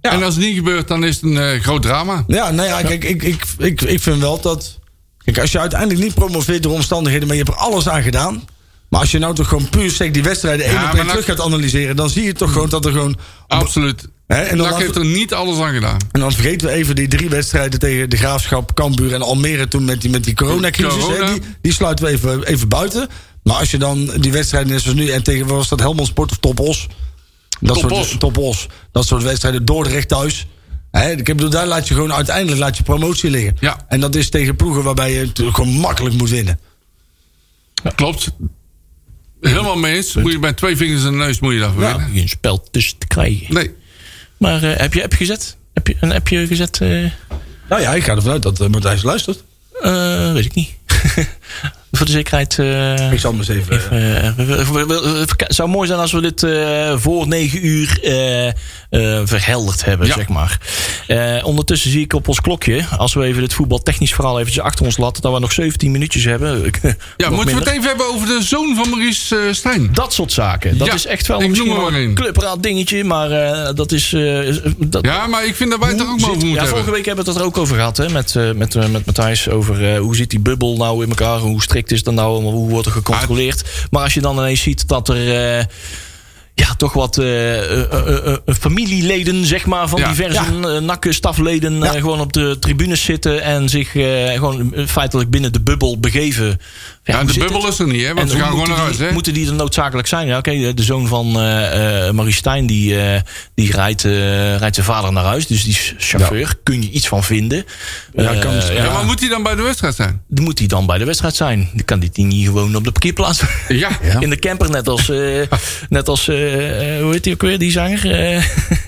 Ja.
En als het niet gebeurt, dan is het een eh, groot drama.
Ja, nou ja, kijk, ik, ik, ik, ik vind wel dat. Kijk, als je uiteindelijk niet promoveert door omstandigheden, maar je hebt er alles aan gedaan. Maar als je nou toch gewoon puur sec die wedstrijden één
maar
op één
dan-
terug gaat analyseren, dan zie je toch gewoon dat er gewoon.
Absoluut.
Hè, en dan
NAC
laten-
heeft er niet alles aan gedaan.
En dan vergeten we even die drie wedstrijden tegen de Graafschap, Cambuur en Almere toen met die, met die coronacrisis.
Corona.
Hè, die, die sluiten we even, even buiten. Maar als je dan die wedstrijden net zoals nu en tegen wat was dat Helmond Sport of Top Os? Dat
Top
soort,
Os.
Top Os. Dat soort wedstrijden Dordrecht thuis. Hè, ik bedoel, daar laat je gewoon uiteindelijk laat je promotie liggen.
Ja.
En dat is tegen ploegen waarbij je het gewoon makkelijk moet winnen.
Klopt. Helemaal mee eens. Moet je bij twee vingers in de neus moet je daarvoor
Ja.
winnen.
Geen spel tussen te krijgen.
Nee.
Maar eh, heb je app gezet? Heb je een appje gezet? eh?
Nou ja, ik ga ervan uit dat eh, Matthijs luistert.
Eh, weet ik niet. Voor de zekerheid. eh,
Ik zal hem eens even... eh,
eh, we- we- we- we- we- het zou mooi zijn als we dit eh, voor negen uur eh, eh, verhelderd hebben,
Ja.
zeg maar. Eh, ondertussen zie ik op ons klokje, als we even dit voetbaltechnisch verhaal eventjes achter ons laten, dat we nog 17 minuutjes hebben. Nog
Ja, moeten we
minder.
het even hebben over de zoon van Maurice eh, Stijn?
Dat soort zaken. Dat
Ja,
is echt wel
ik
misschien
noem er
wel
maar
een
één.
clubraad dingetje, maar eh, dat is... eh, dat,
Ja, maar ik vind dat wij het er ook maar
Zit-
over
ja,
moeten
vorige
hebben.
week hebben we het er ook over gehad hè, met, eh, met, eh, met Matthijs. Over eh, hoe zit die bubbel nou in elkaar? Hoe strikt is dat nou? Hoe wordt er gecontroleerd? Maar als je dan ineens ziet dat er. eh, ja, toch wat eh, eh, eh, eh, familieleden, zeg maar, van
Ja.
diverse eh, NAC-stafleden eh, gewoon op de tribunes zitten en zich eh, gewoon feitelijk binnen de bubbel begeven. Ja, hoe
Ja, de
zit
bubbel
het?
is er niet, hè? Want
En
ze gaan
hoe
gewoon naar huis,
moeten die-
hè?
Moeten die er noodzakelijk zijn? Ja, oké, de zoon van eh eh Marie Stijn, die, eh, die rijdt, eh, rijdt zijn vader naar huis. Dus die is chauffeur, kun je iets van vinden. Eh,
kan-
ja,
Ja, maar moet hij dan bij de wedstrijd zijn?
dan moet hij dan bij de wedstrijd zijn? Dan kan die niet gewoon op de parkeerplaats.
Ja.
In de camper, net als, eh, net als eh, eh, hoe heet die ook weer, die zanger? Eh,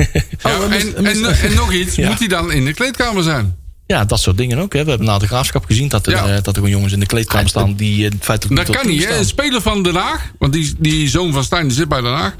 Ja, en, en, en nog iets,
Ja.
moet hij dan in de kleedkamer zijn?
ja, dat soort dingen ook. Hè. We hebben na de graafschap gezien dat er,
Ja.
eh, dat er gewoon jongens in de kleedkamer staan die eh, feitelijk
Dat
tot
kan niet, hè? Een
toestaan.
speler van Den Haag, want die, die zoon van Stijn die zit bij Den Haag.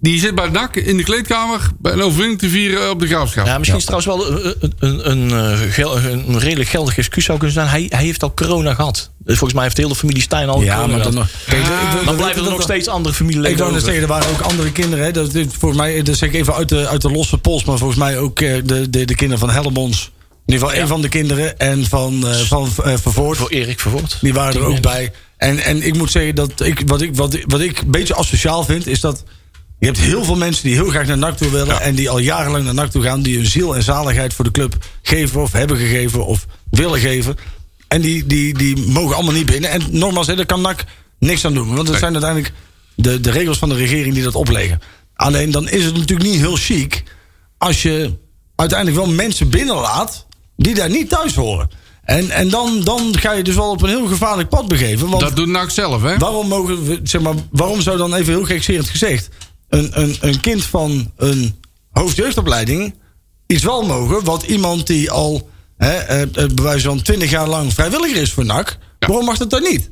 Die zit bij NAC in de kleedkamer bij een overwinning te vieren eh, op de graafschap.
Ja, misschien is het trouwens wel eh, een, een, een, eh, gel- een redelijk geldig excuus zou kunnen zijn. Hij, hij heeft al corona gehad. Dus volgens mij heeft de hele familie Stijn al
ja,
corona
maar dan
gehad.
nog... Kijk, ik wil- ik wil
Dan
weten
blijven er
dat
nog
we-
steeds andere
Ik
familieleden
wou net
over.
zeggen, er waren ook andere kinderen. Hè. Dat, dit, volgens mij, eh, dat zeg ik even uit de, uit de losse pols. Maar volgens mij ook eh, de, de, de kinderen van Hellemons. In ieder geval één van de kinderen. En van, eh van eh, Vervoort.
Voor Erik Vervoort.
Die waren er ook bij. En, en ik moet zeggen dat ik wat, ik, wat, ik- wat ik een beetje asociaal vind, is dat. Je hebt heel veel mensen die heel graag naar NAC toe willen. En die al jarenlang naar NAC toe gaan. Die hun ziel en zaligheid voor de club geven of hebben gegeven of willen geven. En die, die, die mogen allemaal niet binnen. En nogmaals, hè, daar kan NAC niks aan doen. Want het
Nee.
zijn uiteindelijk de, de regels van de regering die dat opleggen. Alleen dan is het natuurlijk niet heel chic als je uiteindelijk wel mensen binnenlaat die daar niet thuis horen. En, en dan, dan ga je dus wel op een heel gevaarlijk pad begeven. Want
Dat doet NAC zelf, hè?
waarom mogen we, zeg maar, waarom zou dan even heel gekserend gezegd een, een, een kind van een hoofdjeugdopleiding iets wel mogen, wat iemand die al hè, eh, eh, bij wijze van twintig jaar lang vrijwilliger is voor NAC, waarom mag dat dan niet?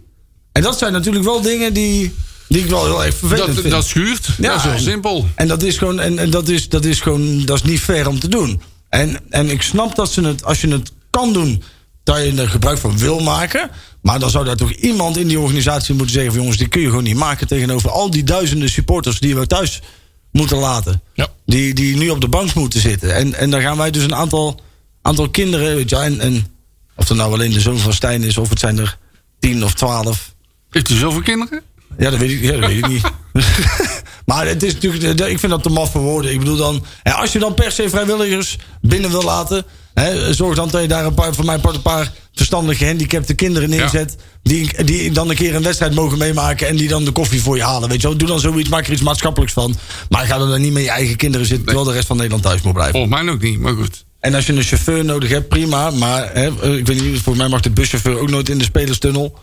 En dat zijn natuurlijk wel dingen die, die ik wel heel erg vervelend
Dat,
vind.
dat schuurt. dat is heel
en-
simpel.
En dat is gewoon, en, en dat is, dat is gewoon, dat is niet fair om te doen. En, en ik snap dat ze het, als je het kan doen, dat je er gebruik van wil maken. Maar dan zou daar toch iemand in die organisatie moeten zeggen: van, jongens, die kun je gewoon niet maken tegenover al die duizenden supporters die we thuis moeten laten.
Ja.
Die, die nu op de bank moeten zitten. En, en dan gaan wij dus een aantal, aantal kinderen, weet je, wel, en, en of het nou alleen de zoon van Stijn is, of het zijn er tien of twaalf.
Heeft hij zoveel kinderen?
Ja, dat weet ik, ja, dat weet ik niet. maar het is natuurlijk, ik vind dat te maf voor woorden. Ik bedoel dan, hè, als je dan per se vrijwilligers binnen wil laten, hè, zorg dan dat je daar een paar, voor mijn part een paar verstandige gehandicapte kinderen neerzet. Die, die dan een keer een wedstrijd mogen meemaken en die dan de koffie voor je halen. Weet je wel. Doe dan zoiets, maak er iets maatschappelijks van. Maar ga er dan niet met je eigen kinderen zitten, terwijl de rest van Nederland thuis moet blijven.
Volgens mij ook niet, maar goed.
En als je een chauffeur nodig hebt, prima. Maar hè, eh, ik weet niet, volgens mij mag de buschauffeur ook nooit in de spelerstunnel.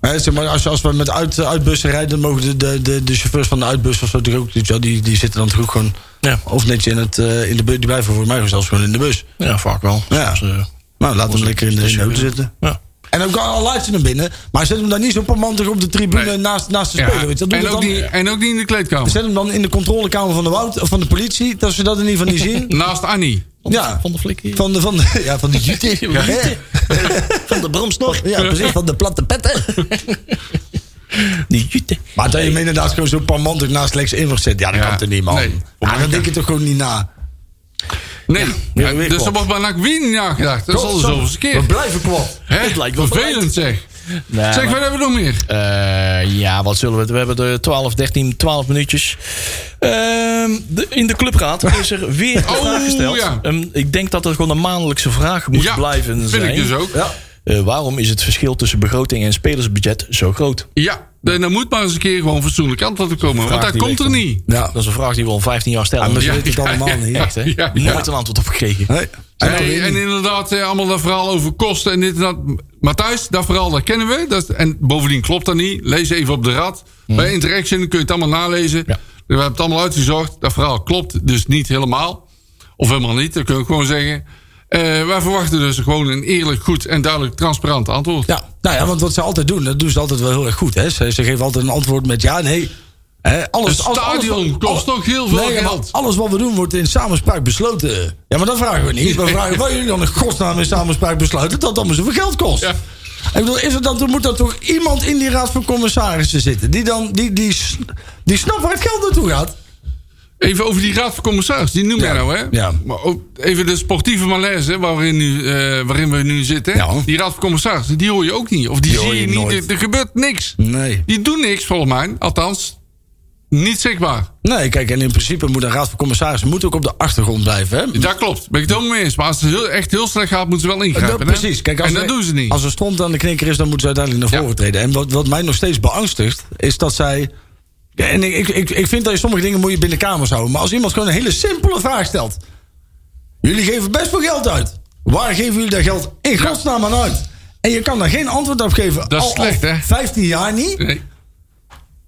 Hè, zeg maar, als, als we met uit, uitbussen rijden, dan mogen de, de, de, de chauffeurs van de uitbus of zo natuurlijk ook. weet je wel, Die, die zitten dan toch ook gewoon.
Ja.
Of netjes in, het, eh, in de bus. Die blijven volgens mij gewoon zelfs gewoon in de bus.
Ja, vaak wel.
Ja.
Soms, eh,
Nou, laat hem
het
lekker in de, in de
station.
auto zitten.
ja.
En ook al laat je hem binnen, maar zet hem dan niet zo pamantig op de tribune
Nee.
naast, naast de
Ja.
speler. Weet je. wel. Doe
En,
dat
ook
dan, Dus-
niet, en ook niet in de kleedkamer.
Zet hem dan in de controlekamer van de, woud, of van de politie, dat ze dat in ieder geval niet zien.
Naast Annie.
Ja.
Van de flikkie.
Van de, van de, ja, van de jute.
Ja.
Hè?
Van de bramsnor.
Ja, precies, van de platte petten.
Die jute.
Maar dat je hem inderdaad gewoon zo parmantig naast Lex Invers zet, ja, dat
Ja.
kan toch niet, man.
Nee.
Ah, dat denk je toch gewoon niet na.
Nee.
weer-
Ja, dus
weer klopt.
er wordt bij NAC weer niet nagedacht. Dat is al de
Godzang,
zoveelste
We
keer.
blijven kwad.
Hè?
Het lijkt wel
Vervelend zeg.
Nee,
Zeg,
maar-
wat hebben we nog meer?
Eh, ja, wat zullen we... We hebben de 12, 13, 12 minuutjes. Ehm, de- in de clubraad is er weer een
Oh,
vraag gesteld.
ja.
Ehm, ik denk dat dat gewoon een maandelijkse vraag moet
Ja,
blijven
vind
zijn.
ik dus ook.
Ja.
Eh, waarom is het verschil tussen begroting en spelersbudget zo groot?
Ja, dan dan moet maar eens een keer gewoon fatsoenlijk antwoord op komen. Want
Vraag
dat
die
komt er
ligt dan.
niet.
Ja.
Dat is een vraag die we al 15 jaar stellen.
Ja, maar ze
Ja,
weten het allemaal niet.
Echt, hè?
Ja, ja.
Nooit een antwoord op gekregen.
Nee.
Hey, en inderdaad, eh, allemaal dat verhaal over kosten en dit en dat. Maar thuis, dat verhaal, dat kennen we. Dat, en bovendien klopt dat niet. Lees even op de rad. Bij Interaction kun je het allemaal nalezen.
Hmm. Ja.
We hebben het allemaal uitgezocht. Dat verhaal klopt dus niet helemaal. Of helemaal niet, dat kun ik gewoon zeggen. Eh, wij verwachten dus gewoon een eerlijk, goed en duidelijk transparant antwoord.
Ja, nou ja, want wat ze altijd doen, dat doen ze altijd wel heel erg goed. Hè? Ze, ze geven altijd een antwoord met ja, nee. Hè, alles,
Het
alles- alles-
stadion
alles-
kost ook heel veel
maar
geld.
Alles wat we doen wordt in samenspraak besloten. Ja, maar dat vragen we niet. We vragen waar jullie dan in godsnaam in samenspraak besluiten dat dat allemaal zoveel geld kost.
Ja.
Ik bedoel, is er dan, dan moet er toch iemand in die raad van commissarissen zitten die dan die, die, s- die snapt waar het geld naartoe gaat?
Even over die raad van commissaris, die noem jij
Ja.
nou, hè?
Ja.
Maar ook even de sportieve malaise hè, waarin, nu, eh, waarin we nu zitten. hè.
Ja.
Die raad van commissaris, die hoor je ook niet. Of die,
Die hoor
zie je,
je
niet.
nooit.
Er, er gebeurt niks.
Nee.
Die doen niks, volgens mij. Althans, niet zichtbaar.
Nee, kijk, en in principe moet een raad van commissarissen moet ook op de achtergrond blijven. Hè?
Dat klopt. Ben ik het helemaal mee eens. Maar als het heel, echt heel slecht gaat, moeten ze wel
Ja,
ingrijpen. hè?
Eh, precies. Kijk, als
en dat
er-
doen ze niet.
Als er stond aan de knikker is, dan moeten ze uiteindelijk naar
Ja.
voren treden. En wat, wat mij nog steeds beangstigt, is dat zij. Ja, en ik, ik, ik, ik vind dat je sommige dingen moet je binnen kamers houden. Maar als iemand gewoon een hele simpele vraag stelt. Jullie geven best veel geld uit. Waar geven jullie dat geld in godsnaam aan uit? En je kan daar geen antwoord op geven.
Dat is
al-
slecht,
al
hè?
15 jaar niet.
Nee.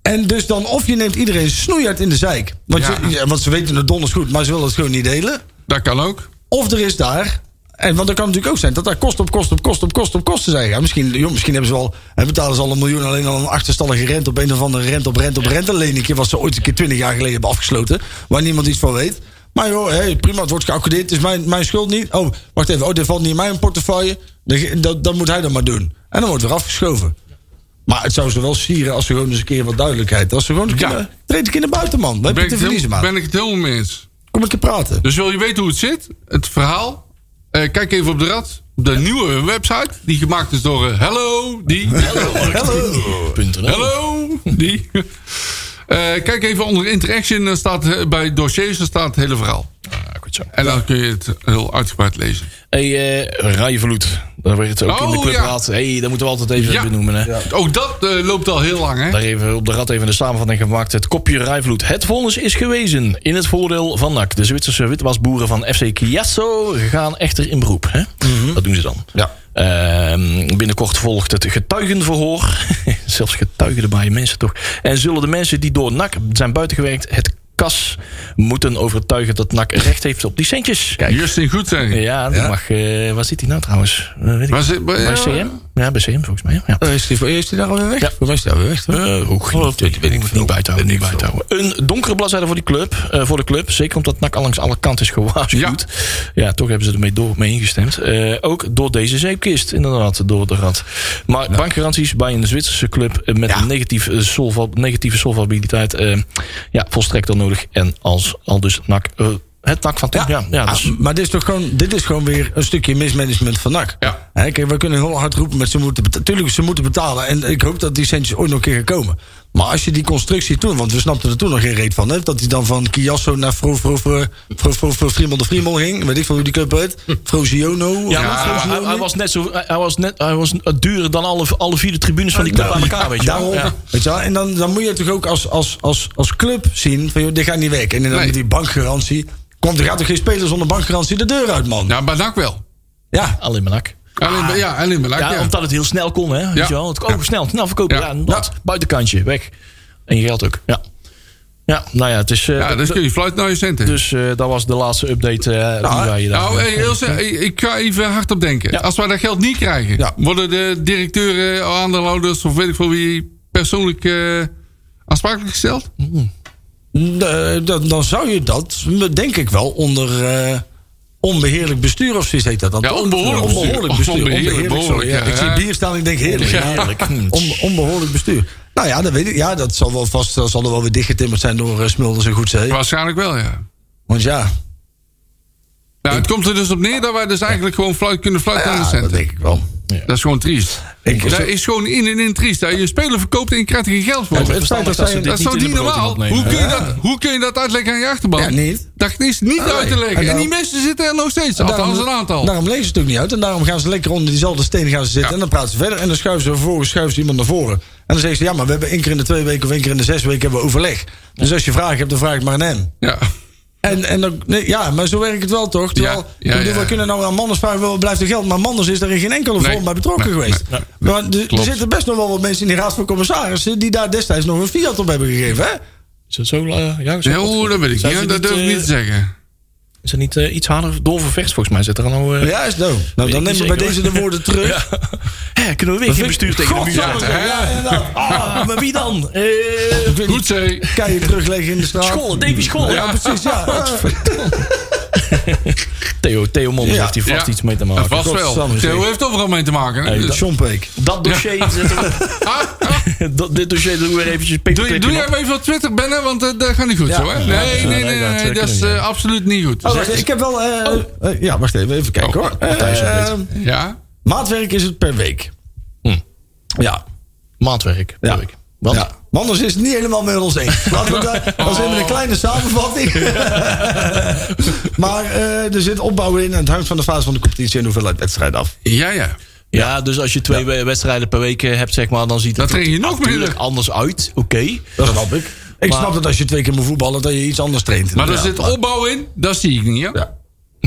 En dus dan, of je neemt iedereen snoeihard in de zeik. Want,
Ja.
je- ja, want ze weten het donders goed, maar ze willen het gewoon niet delen.
Dat kan ook.
Of er is daar. En, want dat kan natuurlijk ook zijn dat daar kost op kost op kost op kost op kosten zijn. Ja, misschien, joh, misschien hebben ze al, en betalen ze al een miljoen alleen al een achterstallige rente op een of andere rente op rente op rente leningje. Wat ze ooit een keer twintig jaar geleden hebben afgesloten. Waar niemand iets van weet. Maar joh, hey, prima, het wordt geaccordeerd. Het is mijn, mijn schuld niet. Oh, wacht even. Oh, dit valt niet in mijn portefeuille. Dan ge- Dat, dat moet hij dan maar doen. En dan wordt weer afgeschoven. Maar het zou ze wel sieren als ze gewoon eens een keer wat duidelijkheid. Als ze gewoon. eens
Ja.
kunnen- Treed ik in de buitenman. Wat heb
Ben
je
ik, het
te verliezen,
helemaal,
man?
ben ik het helemaal mee eens.
Kom een keer praten.
Dus wil je weten hoe het zit? Het verhaal? Eh, kijk even op de rad. De nieuwe website. Die gemaakt is door eh, Hello. Die.
Hallo.
Punten, hè?
Hallo, die. Eh, kijk even onder Interaction. eh, staat, eh, bij dossiers daar staat het hele verhaal.
Ah, goed zo.
En dan kun je het heel uitgebreid lezen.
Hey, eh Rijvloed. Daar werd het ook in de
Oh,
club
ja.
gehad. Hey, dat moeten we altijd even
Ja.
benoemen. Hè.
Ook dat eh, loopt al heel lang, hè?
Daar even op de rad even de samenvatting gemaakt. Het kopje Rijvloed. Het vonnis is gewezen in het voordeel van NAC. De Zwitserse witwasboeren van FC Chiasso gaan echter in beroep. Hè? Dat doen ze dan.
Ja.
Ehm, binnenkort volgt het getuigenverhoor. Zelfs getuigen erbij, mensen toch. En zullen de mensen die door NAC zijn buitengewerkt... het kas moeten overtuigen dat NAC recht heeft op die centjes. Kijk.
Justin goed zijn.
Ja, dat mag... eh, waar zit hij nou trouwens? Eh, weet ik
Waar
niet.
zit- waar-
bij CM? Ja, bij CM volgens mij. Ja.
Eh, Is die, voor- is die daar alweer weg?
Ja.
Voor mij is die alweer weg. toch?
Eh, ook niet,
weet- weet ik
Moet
veel.
niet bijthouden,
Weet
niet
ik veel.
bijthouden. Een donkere bladzijde voor, die club, eh, voor de club. Zeker omdat NAC al langs alle kanten is gewaarschuwd. Ja, toch hebben ze ermee door, mee ingestemd. Eh, ook door deze zeepkist, inderdaad, door de rad. Maar bankgaranties bij een Zwitserse club eh, met een negatief, eh, solva- negatieve solvabiliteit... eh, ja, volstrekt onnodig. En als al dus NAC... eh, het NAC van toen, ja. ja,
Ah,
dus-
maar dit is toch gewoon, dit is gewoon weer een stukje mismanagement van NAC.
Ja.
Hè, kijk, we kunnen heel hard roepen met ze moeten betalen. Tuurlijk, ze moeten betalen. En ik hoop dat die centjes ooit nog een keer gaan komen. Maar als je die constructie toen, want we snapten er toen nog geen reet van, hè, dat hij dan van Chiasso naar Fro Fro Fro Fro Fro Fro Friemel de Friemel ging. Weet ik veel hoe die club heet. Frosiono.
Hm. Ja, maar hij, hij was net zo, hij hij was net, hij was duurder dan alle, alle vier de tribunes van die club aan elkaar, weet je wel.
Daarom,
Ja.
weet je wel. En dan, dan moet je toch ook als, als, als, als club zien van joh, dit gaat niet werken. En dan
Nee.
met die bankgarantie. Komt, er gaat toch geen speler zonder bankgarantie de deur uit, man.
Nou, bij NAC wel.
ja.
Alleen maar NAC.
Alleen, bij- ja, alleen bij NAC,
Ah. Ja,
ja.
omdat het heel snel kon, hè? Weet
Ja.
je wel? Het, oh, snel, snel verkopen.
Ja.
Ja, dat. Buitenkantje, weg. En je geld ook. Ja, ja nou ja, het is. eh,
Ja, dus kun je fluit naar je centen.
dus eh, dat was de laatste update eh die wij daar.
Nou, hey, Ilse, hey, ik ga even hard op denken.
Ja.
Als wij dat geld niet krijgen,
Ja.
worden de directeuren, aandeelhouders of weet ik veel wie persoonlijk eh, aansprakelijk gesteld?
Eh, dan, dan zou je dat, denk ik wel, onder eh, onbeheerlijk bestuur of zoiets heet dat. dan
Ja,
toch?
onbehoorlijk bestuur.
onbeheerlijk bestuur.
Onbeheerlijk,
sorry, ja.
behoorlijk, ja.
Ik zie bier staan en ik denk heerlijk.
Ja,
Ja.
heerlijk. Hm.
On- onbehoorlijk bestuur. Nou ja, dat weet ik. Ja, dat zal wel vast dat zal er wel weer dichtgetimmerd zijn door eh, Smulders en Goedzee.
Waarschijnlijk wel, ja.
Want ja,
Nou, het komt er dus op neer dat wij dus eigenlijk gewoon fluit kunnen fluiten naar de
ja dat
centen.
denk ik wel.
Dat is gewoon triest.
Ik-
dat is gewoon in en in triest. Dat je een speler verkoopt en je krijgt er geen geld voor.
Ja, het feit dat zij-
dat is
zo
toch niet normaal? Hoe kun, je dat, hoe kun je dat uitleggen aan je achterban?
Ja, niet.
Dat is niet uit te leggen.
En
En,
daarom-
die mensen zitten er nog steeds. Althans een aantal.
Daarom lezen ze het ook niet uit. En daarom gaan ze lekker onder diezelfde steen gaan ze zitten.
Ja.
En dan praten ze verder. En dan schuiven ze vervolgens schuiven ze iemand naar voren. En dan zeggen ze, ja, maar we hebben één keer in de twee weken of één keer in de zes weken hebben we overleg. Dus als je vragen hebt, dan vraag ik maar aan hem.
Ja.
En, en dan, nee, ja, maar zo werkt het wel toch? Terwijl,
Ja, ja,
ik bedoel,
ja.
we kunnen nou aan Manders vragen, wel blijft er geld? Maar Manders is er in geen enkele
Nee,
vorm bij betrokken
nee,
geweest.
nee, nee,
maar er- er,
klopt.
zitten best nog wel wat mensen in die raad van commissarissen... die daar destijds nog een fiat op hebben gegeven, hè?
Is dat zo? eh, ja, zo
Ja, oeh, dat weet ik
Zijn
niet.
ze
Dat durf ik
eh,
niet te zeggen.
Is er niet eh, iets harder doorvervecht volgens mij? Zit er nou. eh,
Ja, is nou. Nou,
weet
dan
ik
nemen we
niet
bij deze
zeker,
de
hoor.
woorden terug.
Ja. Hè, Eh, kunnen we weer geen bestuur tegen de muur
Godsamme,
zetten?
ja, inderdaad.
Ah, maar wie dan? Eh,
Ik weet
Goed
niet,
zee.
kan je terugleggen in de straat.
school, Davy School.
Oh, Ja, precies, ja.
Theo, Theo Manders heeft hier vast
Ja. Eh,
iets mee te maken.
Vast wel.
Godsamme, zeg.
Theo heeft overal mee te maken. hè?
Hey,
Eh,
Dus-
Sjompeek.
Dat dossier zetten we.
Ah, ah,
dat, dit dossier doen we weer eventjes
Doe, je-
paperclipje
doe
op.
jij hem even op Twitter bennen, want eh, dat gaat niet goed
Ja.
zo, hè? Nee,
ja,
nee, nee,
nee, dat,
nee,
eh,
dat is
kunnen we
eh, absoluut niet goed.
Oh, wacht, ik heb wel... eh, eh, ja, wacht even, even kijken
Oh,
hoor. Eh,
Ja?
maatwerk is het per week.
Hm.
Ja.
Maatwerk.
Ja.
Ja. Wat?
Ja. Maar anders is het niet helemaal met ons eens. Laten we daar, dat is even een kleine samenvatting. maar eh, er zit opbouw in en het hangt van de fase van de competitie en de hoeveelheid wedstrijden af.
Ja, ja.
Ja, dus als je twee we- wedstrijden per week eh, hebt, zeg maar, dan ziet
Dan
het
train je
er
nog
natuurlijk
minder.
anders uit. Oké.
Dat snap ik. Ik
Maar-
snap dat als je twee keer moet voetballen, dat je iets anders traint.
Maar
Ja.
er zit opbouw in, dat zie ik niet, hè?
Ja.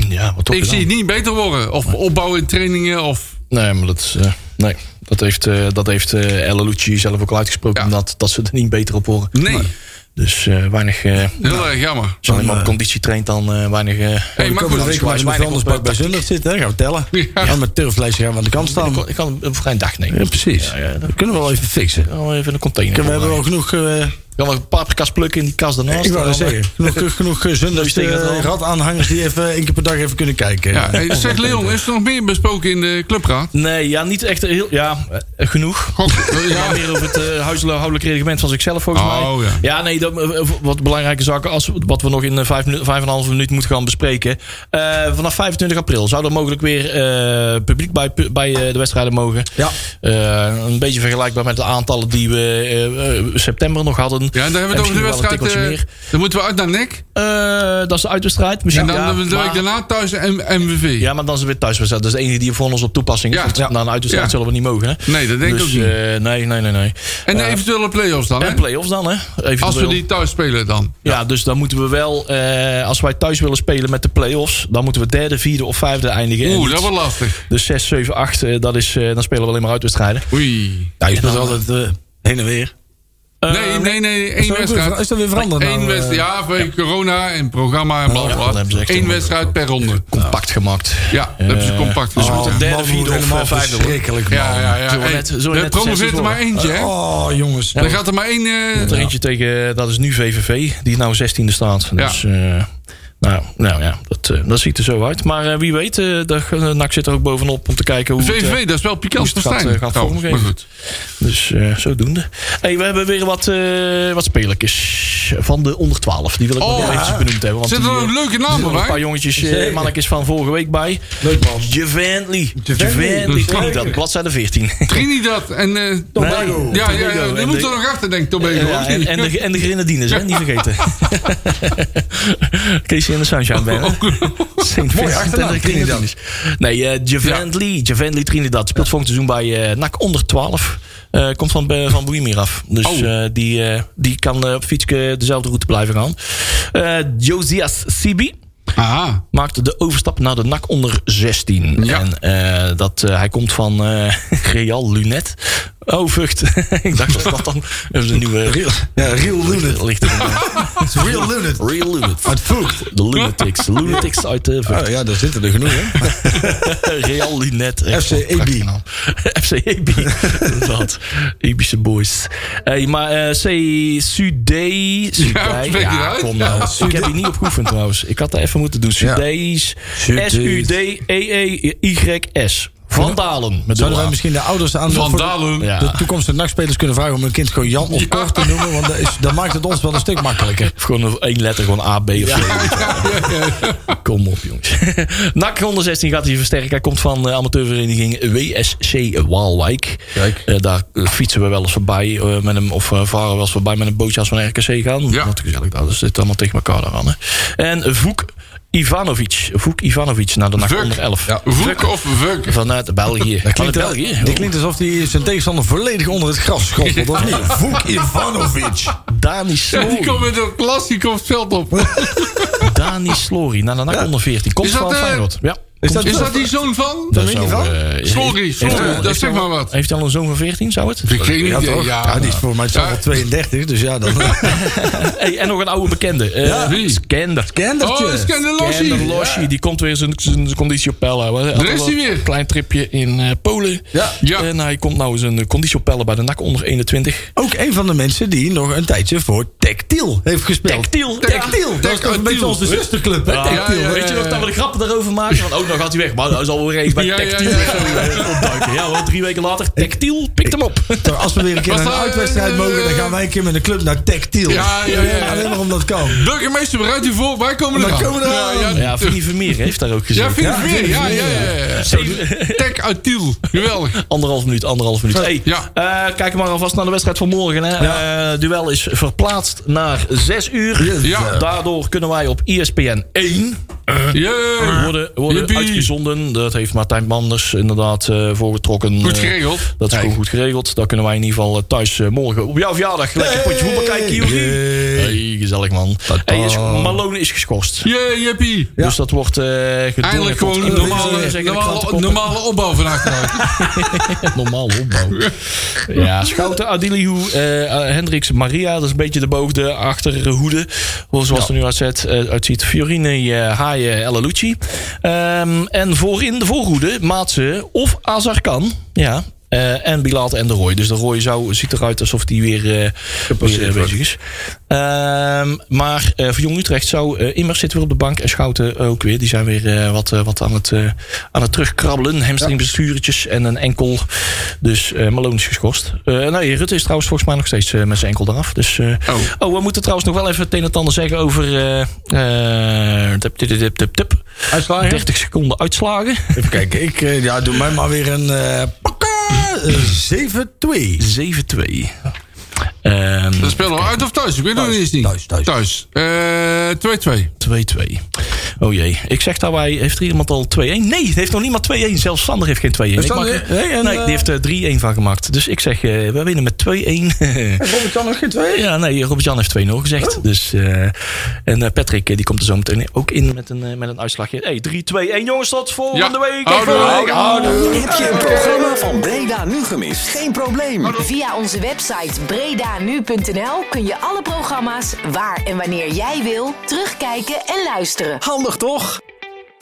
Ja, wat toch?
Ik zie het niet beter worden. Of opbouw in trainingen, of...
Nee, maar dat, is, eh, nee. dat heeft, eh dat heeft eh, Ella Lucci zelf ook al uitgesproken.
Ja.
Dat, dat ze er niet beter op horen.
Nee,
Dus eh, weinig. eh
heel erg jammer.
als je alleen maar op conditie traint, dan eh, weinig. eh,
Hey, maar
Komende
goed,
week waar je met
weinig
Anders
op, eh,
bij Zundert zit, hè? gaan we tellen.
Ja.
En met turfvlees gaan we aan de kant
ik,
staan.
kan, ik kan een vrije dag nemen.
Ja, precies.
Ja, ja, dat-
Dat kunnen we wel even fixen.
dan even een container.
We hebben
Ik
wel genoeg, eh,
kan wel een paprika's plukken in die kast daarnaast.
ik wou dat
Dan, eh,
zeggen, genoeg, genoeg Zundert
tegen het al.
radaanhangers die even één keer per dag even kunnen kijken.
Ja, hey, zeg Leon, is er nog meer besproken in de clubraad?
Nee, ja, niet echt heel. Ja, eh, genoeg.
God,
Ja,
ja.
meer over het eh, huishoudelijk reglement van zichzelf volgens
Oh,
mij.
ja.
nee, dat, eh, wat belangrijke zaken als, wat we nog in eh, vijf, minu- vijf en een halve minuut moeten gaan bespreken. Eh, vanaf 25 april zou er mogelijk weer eh, publiek bij, pu- bij eh, de wedstrijden mogen.
Ja.
Eh, een beetje vergelijkbaar met de aantallen die we eh, eh, september nog hadden dan
Ja, daar hebben we het over de wedstrijd. eh, dan moeten we uit naar Nek.
Eh, dat is de uitwedstrijd.
En
Misschien
dan
ja,
de week
maar-
daarna thuis en MVV.
Ja, maar dan is het weer thuiswedstrijd. Dat is de enige die voor ons op toepassing is.
Ja.
Want Na een uitwedstrijd
Ja.
zullen we niet mogen. Hè?
Nee, dat denk ik
dus,
ook niet.
eh, nee, nee, nee, nee.
en de
Eh,
eventuele play-offs dan, hè?
en play-offs dan, hè?
Als we
Eventueel.
die thuis spelen dan.
Ja, dus dan moeten we wel, eh, als wij thuis willen spelen met de play-offs, dan moeten we derde, vierde of vijfde eindigen. En
Oeh,
niet-
dat wordt lastig.
Dus 6, 7, 8, eh, dat is, eh, dan spelen we alleen maar uitwedstrijden.
Oei.
Ja, je speelt altijd eh, heen en weer.
Nee, nee, nee,
is
één
dat ook weer-
wedstrijd.
is dat weer veranderd
Eén
nou, eh?
wedstrijd, ja, vanwege corona en programma en
Oh, ja,
bla bla.
dat hebben ze echt
Eén
helemaal
wedstrijd per ronde.
Compact gemaakt.
Ja, dat hebben ze
Eh,
compact
dus we moeten
gespeeld.
derde,
Oh, man,
vierde of
moet helemaal
vijfde worden.
Verschrikkelijk, man.
Ja, ja, ja.
Zullen we
Hey,
net- zullen we
er
net
promoveert
zes
er maar
worden?
eentje, hè?
Oh, jongens.
Er gaat er maar één... eh,
Er eentje tegen, dat is nu VVV, die nou 16e staat. Dus, eh, nou, nou ja, dat, eh, dat ziet er zo uit. Maar eh, wie weet, eh de, NAC zit er ook bovenop om te kijken hoe het, eh,
VVV, dat is wel pikant
Dus
van
het gaat,
Stijn.
eh, gaat
Oh,
vormgeven.
maar goed.
Dus eh, zodoende. Hey, we hebben weer wat, eh wat spelertjes van de onder 12. Die wil ik
Oh,
nog wel
ja.
eventjes benoemd hebben. Want
Zitten
die,
er ook
eh,
leuke
er zitten
namen
nog een paar
bij?
jongetjes, eh mannetjes van vorige week bij.
Leuk, man.
Javantly.
Javantli,
Javantli Trinidad,
zeker.
bladzijde 14.
Trinidad en... eh,
Tobago.
ja, ja, ja,
Tobago
die
en
moet
de-
er nog achter, denk ik, Tobago.
Ja,
of
en,
niet?
en, de, en de Grenadines, hè? niet vergeten. Keesje in de Sunshine Band. hè? Saint Vincent en de Grenadines. Nee, eh, Javon Lee. Javon Lee Trinidad. Speelt volgend seizoen bij eh NAC onder 12. Eh, komt van, eh, van Boemir af. Dus
Oh.
eh, die, eh, die kan eh, op fietske dezelfde route blijven gaan. Eh Josias Sibi
Aha.
maakte de overstap naar de NAC onder 16.
Ja.
En eh, dat, eh, hij komt van eh, Real Lunet. Oh, Vught. Ik dacht dat dat dan een nieuwe... Real,
Ja, Real Lunet.
Ligt er een,
Real Lunet.
Real Lunet.
Uit Voogd.
De Lunatics. Lunatics uit de Vught.
Oh, ja, daar zitten er genoeg, hè?
Real Lunet.
FC EB.
FC EB. Dat. Ebische boys. Hey, maar eh C. Sudé.
Ja, spreek je dat uit?
kom nou. Ik heb hier niet op geoefend trouwens. Ik had dat even moeten doen. Sudees.
Sudees.
E S-U-D-E-E-Y-S. Van Dalen. Met
Zouden wij
dubbel A.
misschien de ouders aan
Van
voor
Dalen.
Ja.
de toekomstige nachtspelers kunnen vragen om hun kind gewoon Jan of Cor te noemen? Want dat, is, dat maakt het ons wel een stuk makkelijker.
Of gewoon een- één letter, gewoon A, B of zo. Kom op, jongens. NAC 116 gaat hij versterken. Hij komt van de amateurvereniging WSC Waalwijk.
Kijk.
Eh, daar eh, fietsen we wel eens voorbij eh, met hem, of eh, varen we wel eens voorbij met een bootje als we naar RKC gaan.
Ja.
Wat gezellig dat is. Dit allemaal tegen elkaar aan. Hè. En Vuk Ivanovic. Vuk Ivanovic naar de NAC
Vuk.
onder 11.
Voek of Vuk?
Vanuit België. Dat
Klinkt, wel-
België.
dit klinkt alsof hij zijn tegenstander volledig onder het gras schoppelt, of niet? Vuk Ivanovic.
Dani
Ja, die
Slory.
komt met een klassiek op het veld op.
Dani Slory naar de NAC onder 14. Komt
Is dat,
van
eh,
Feyenoord. Ja.
Is dat,
Is dat die zoon van?
Dat
weet je
zou,
van?
eh,
Sorry,
heeft-
sorry,
heeft-
dat
heeft
zeg
hij al-
maar wat.
Heeft hij al een zoon van 14, zou het?
Ik geen
ja,
idee,
toch?
ja.
Ja, die is voor mij toch
Ah. Ja.
al 32, dus ja, dan...
Hey, en nog een oude bekende. eh
Wie?
Skender.
Oh, dat is Kendelossi.
Skender Losje, die komt weer zijn, zijn conditie op pellen. houden. Hij had
Daar is
al
hij
een
weer.
Klein tripje in eh, Polen.
Ja.
Ja.
En hij komt nou zijn conditie op pellen bij de NAC onder 21.
Ook een van de mensen die nog een tijdje voor Tactiel heeft gespeeld.
Tactiel.
Tactiel. Dat is toch een beetje onze zusterclub, hè?
Ja,
Tactiel.
ja, ja.
Weet je nog dat we de grappen daarover maken? Van, oh, nou gaat hij weg. Maar hij zal weer eens bij
Ja, ja,
Tactiel
ja.
eh, opduiken. Ja, hoor, drie weken later. Tactiel pikt hem op.
Toch, Als we weer een keer
Was
naar een
dat,
uitwedstrijd
eh,
mogen, dan
eh,
gaan wij een keer met de club naar Tactiel.
Ja, ja, ja, ja.
Alleen maar omdat het kan.
Burgemeester, bereid u voor. Wij komen er
Wij komen eraan.
Ja, ja.
Ja, Vinnie Vermeer heeft daar ook gezien.
Ja, vind ik weer. Ja, ja, ja. Tech uit Tiel. Geweldig.
Anderhalf minuut, anderhalf minuut. Hey,
Ja.
eh, kijk maar alvast naar de wedstrijd van morgen. Hè. Eh, duel is verplaatst naar 6 uur.
Ja.
Daardoor kunnen wij op E ESPN 1
Jee.
worden, worden
Jippie.
uitgezonden. Dat heeft Martijn Manders inderdaad eh, voorgetrokken.
Goed
Eh,
geregeld.
dat is
Kijk.
gewoon goed geregeld. Dan kunnen wij in ieder geval eh, thuis eh, morgen op jouw verjaardag lekker een potje voetbal kijken. Joeri. Hey, gezellig man. Hey, is, Malone is geschorst.
Jee, jippie.
Dus dat wordt eh gedwongen
Eindelijk
tot
gewoon een
iemand-
normale,
zeggen de
normale,
krantenkoppen.
normale opbouw van achteruit.
Normaal opbouw. Ja, Schouten, Adilihu, eh Hendricks, Maria. Dat is een beetje de boogde achterhoede. Zoals het er nu uitzet, eh, uitziet. Fiorine, eh Haaien, Elalucci. Ehm, en voorin de voorhoede, Maatse of Azarkan. Ja. eh, en Bilaat en de Roy. Dus de Roy zou, ziet eruit alsof die weer, eh, weer eh, bezig is. Ehm, maar eh, voor Jong Utrecht zou eh, Immers zit weer op de bank. En Schouten ook weer. Die zijn weer eh, wat, eh, wat aan, het, eh, aan het terugkrabbelen. Hamstringbestuurtjes en een enkel. Dus eh Malone is geschorst. Eh, nee, Rutte is trouwens volgens mij nog steeds eh, met zijn enkel eraf. Dus, eh,
Oh.
oh. we moeten trouwens nog wel even het een en het ander zeggen over... eh, eh, tup, tup, tup, tup, tup. 30 seconden uitslagen.
Even kijken, ik, eh, ja, doe mij maar weer een... eh, pakka, eh, 7-2.
7-2. Ehm,
Dat spelen we uit of thuis? Ik weet het nog eens niet.
thuis, thuis.
Thuis. Eh, 2-2.
2-2. Oh jee. Ik zeg dat wij. Heeft er iemand al 2-1? Nee, het heeft nog niemand 2-1. Zelfs Sander heeft geen 2-1. Ik
Sander-
maak-
nee,
nee,
en, eh,
die heeft er 3-1 van gemaakt. Dus ik zeg, eh, we winnen met 2-1.
Robert Jan nog geen Oh. twee?
ja, nee, Robert-Jan heeft 2-0 gezegd. Dus, eh, en eh, Patrick, eh, die komt er zo meteen ook in met een, eh, met een uitslagje. Hey, 3-2-1. Jongens, tot volgende
Ja.
week.
Houden we.
Even-
Heb je een programma van Breda nu gemist? Geen probleem.
Via onze website bredanu.nl kun je alle programma's waar en wanneer jij wil terugkijken en luisteren.
Handig toch?